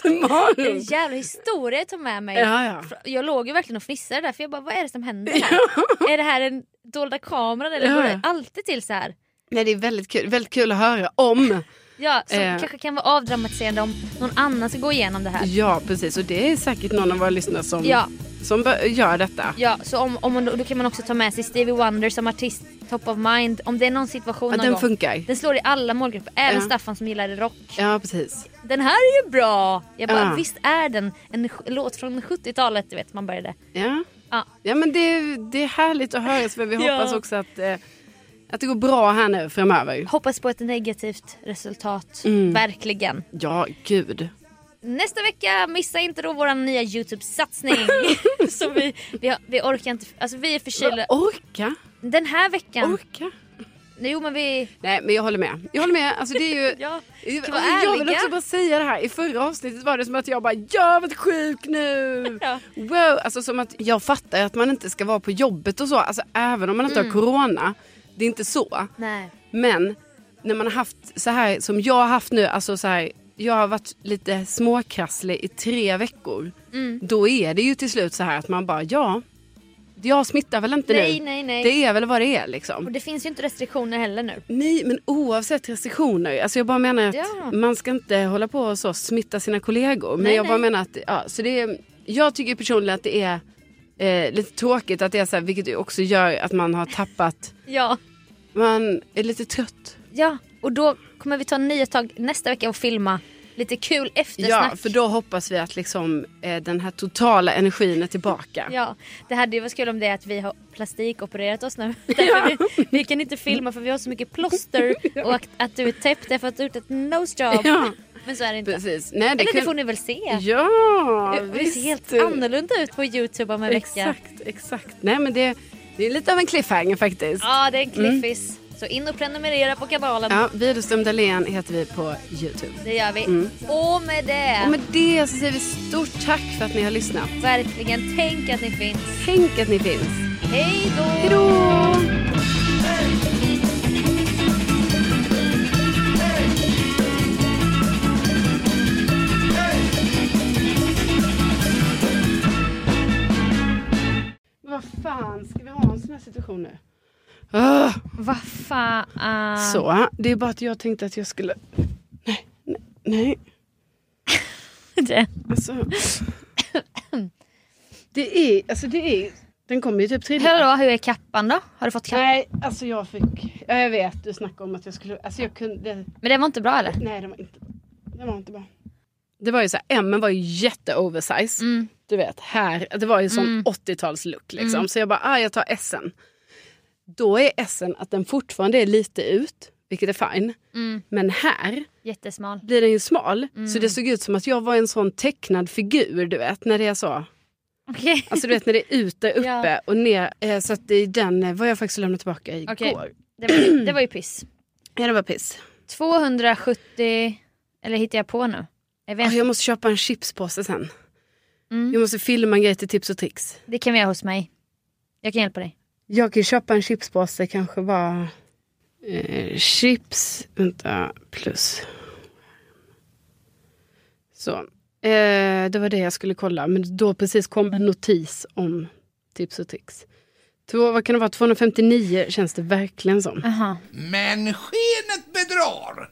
[SPEAKER 2] Summara
[SPEAKER 1] Det är en
[SPEAKER 2] summarum.
[SPEAKER 1] jävla historia jag tar med mig.
[SPEAKER 2] Ja, ja.
[SPEAKER 1] Jag låg ju verkligen och fnissade där för jag bara vad är det som händer här? Är det här en dolda kameran eller
[SPEAKER 2] Ja.
[SPEAKER 1] går det alltid till så här?
[SPEAKER 2] Nej, det är väldigt kul, väldigt kul att höra om.
[SPEAKER 1] Ja, som
[SPEAKER 2] Eh.
[SPEAKER 1] kanske kan vara avdramatiserande om någon annan ska gå igenom det här.
[SPEAKER 2] Ja, precis. Och det är säkert någon av våra lyssnare som,
[SPEAKER 1] Ja.
[SPEAKER 2] som bör- gör detta.
[SPEAKER 1] Ja, så om, om man, då kan man också ta med sig Stevie Wonder som artist, top of mind. Om det är någon situation
[SPEAKER 2] Ja,
[SPEAKER 1] någon
[SPEAKER 2] den
[SPEAKER 1] gång.
[SPEAKER 2] funkar.
[SPEAKER 1] Den slår i alla målgrupper, även
[SPEAKER 2] Ja.
[SPEAKER 1] Staffan som gillade rock.
[SPEAKER 2] Ja, precis.
[SPEAKER 1] Den här är ju bra! Jag bara,
[SPEAKER 2] Ja.
[SPEAKER 1] visst är den en sj- låt från 70-talet, du vet man började.
[SPEAKER 2] Ja,
[SPEAKER 1] Ja.
[SPEAKER 2] ja men det, det är härligt att höra. Så vi
[SPEAKER 1] Ja.
[SPEAKER 2] hoppas också att, eh, att det går bra här nu framöver.
[SPEAKER 1] Hoppas på ett negativt resultat,
[SPEAKER 2] Mm.
[SPEAKER 1] verkligen.
[SPEAKER 2] Ja, gud.
[SPEAKER 1] Nästa vecka, missa inte då vår nya YouTube-satsning. som vi, vi, har, vi orkar inte, alltså vi är förkylda.
[SPEAKER 2] Orka,
[SPEAKER 1] Den här veckan,
[SPEAKER 2] orka.
[SPEAKER 1] jo men vi,
[SPEAKER 2] Nej, men jag håller med. Jag håller med. Alltså, det är ju...
[SPEAKER 1] ja.
[SPEAKER 2] Alltså,
[SPEAKER 1] Ska vara
[SPEAKER 2] jag vill
[SPEAKER 1] ärliga.
[SPEAKER 2] också bara säga det här. I förra avsnittet var det som att jag bara, jag har varit sjuk nu.
[SPEAKER 1] Ja.
[SPEAKER 2] Wow, alltså som att jag fattar att man inte ska vara på jobbet och så. Alltså även om man
[SPEAKER 1] Mm.
[SPEAKER 2] inte har corona. Det är inte så.
[SPEAKER 1] Nej.
[SPEAKER 2] Men när man har haft så här som jag har haft nu, alltså så här, jag har varit lite småkrasslig i tre veckor.
[SPEAKER 1] Mm.
[SPEAKER 2] Då är det ju till slut så här att man bara, ja, jag smittar väl inte
[SPEAKER 1] Nej,
[SPEAKER 2] nu.
[SPEAKER 1] nej, nej.
[SPEAKER 2] Det är väl vad det är liksom.
[SPEAKER 1] Och det finns ju inte restriktioner heller nu.
[SPEAKER 2] Nej, men oavsett restriktioner. Alltså jag bara menar att
[SPEAKER 1] Ja.
[SPEAKER 2] man ska inte hålla på och så smitta sina kollegor. Men
[SPEAKER 1] Nej,
[SPEAKER 2] jag bara
[SPEAKER 1] nej.
[SPEAKER 2] menar att, ja, så det är, jag tycker personligen att det är eh, lite tråkigt att det är så här, vilket ju också gör att man har tappat,
[SPEAKER 1] Ja.
[SPEAKER 2] man är lite trött.
[SPEAKER 1] Ja, och då kommer vi ta nya tag nästa vecka och filma lite kul eftersnack.
[SPEAKER 2] Ja, för då hoppas vi att liksom, eh, den här totala energin är tillbaka.
[SPEAKER 1] Ja, det hade ju varit kul om det är att vi har plastikopererat oss nu. Därför vi, vi kan inte filma för vi har så mycket plåster och att, att du är täppt därför att du har gjort ett nose job.
[SPEAKER 2] Ja,
[SPEAKER 1] Men så är det inte.
[SPEAKER 2] precis. Nej, det
[SPEAKER 1] Eller det
[SPEAKER 2] kan...
[SPEAKER 1] får ni väl se.
[SPEAKER 2] Ja,
[SPEAKER 1] Vi
[SPEAKER 2] visst.
[SPEAKER 1] ser helt annorlunda ut på Youtube om en vecka.
[SPEAKER 2] Exakt, exakt. Nej, men det, det är lite av en cliffhanger faktiskt.
[SPEAKER 1] Ja, det är en cliffis. Så in och prenumerera på kanalen.
[SPEAKER 2] Mm. Ja, Widerström Dahlén heter vi på Youtube.
[SPEAKER 1] Det gör vi. Och med det,
[SPEAKER 2] Mm. Och med det så säger vi stort tack för att ni har lyssnat.
[SPEAKER 1] verkligen tänk att ni finns.
[SPEAKER 2] Tänk att ni finns.
[SPEAKER 1] Hej då!
[SPEAKER 2] Hej då! Vad fan, ska vi ha en sån här situation nu? Ah,
[SPEAKER 1] Vad fan.
[SPEAKER 2] Så, det är bara att jag tänkte att jag skulle... Nej, nej, nej.
[SPEAKER 1] Det.
[SPEAKER 2] Alltså... Det är, alltså det är... Den kommer ju typ trilla.
[SPEAKER 1] Hallå, hur är kappan då? Har du fått kappan?
[SPEAKER 2] Nej, alltså jag fick... Ja, jag vet, du snackade om att jag skulle... Alltså jag kunde...
[SPEAKER 1] Men det var inte bra eller?
[SPEAKER 2] Nej, det var inte, det var inte bra. Det var ju så här, Emmen var ju jätte-oversize.
[SPEAKER 1] Mm,
[SPEAKER 2] Du vet, här. Det var ju sån 80-tals-look liksom. Så jag bara, ah, jag tar S'en. Då är S'en att den fortfarande är lite ut, vilket är fine.
[SPEAKER 1] mm.
[SPEAKER 2] Men här
[SPEAKER 1] Jättesmal.
[SPEAKER 2] blir den ju smal. Så det såg ut som att jag var en sån tecknad figur, du vet. När det är så.
[SPEAKER 1] Okej.
[SPEAKER 2] Alltså du vet när det är ut där uppe
[SPEAKER 1] Ja.
[SPEAKER 2] och ner. Eh, så att i den eh, var jag faktiskt lämnat tillbaka igår.
[SPEAKER 1] Okej. Det, var, det var ju piss.
[SPEAKER 2] Ja, det var piss.
[SPEAKER 1] 270, eller hittar jag på nu? Jag vet,
[SPEAKER 2] Ah,
[SPEAKER 1] inte.
[SPEAKER 2] jag måste köpa en chipspåse sen.
[SPEAKER 1] Mm.
[SPEAKER 2] Jag måste filma en grej till tips och tricks.
[SPEAKER 1] Det kan vi göra hos mig. Jag kan hjälpa dig.
[SPEAKER 2] Jag kan ju köpa en chipspåse, kanske bara eh, chips, vänta, plus. Så, eh, det var det jag skulle kolla. Men då precis kom en notis om tips och tricks. Två, vad kan det vara, 259 känns det verkligen som.
[SPEAKER 1] Aha.
[SPEAKER 3] Men skenet bedrar.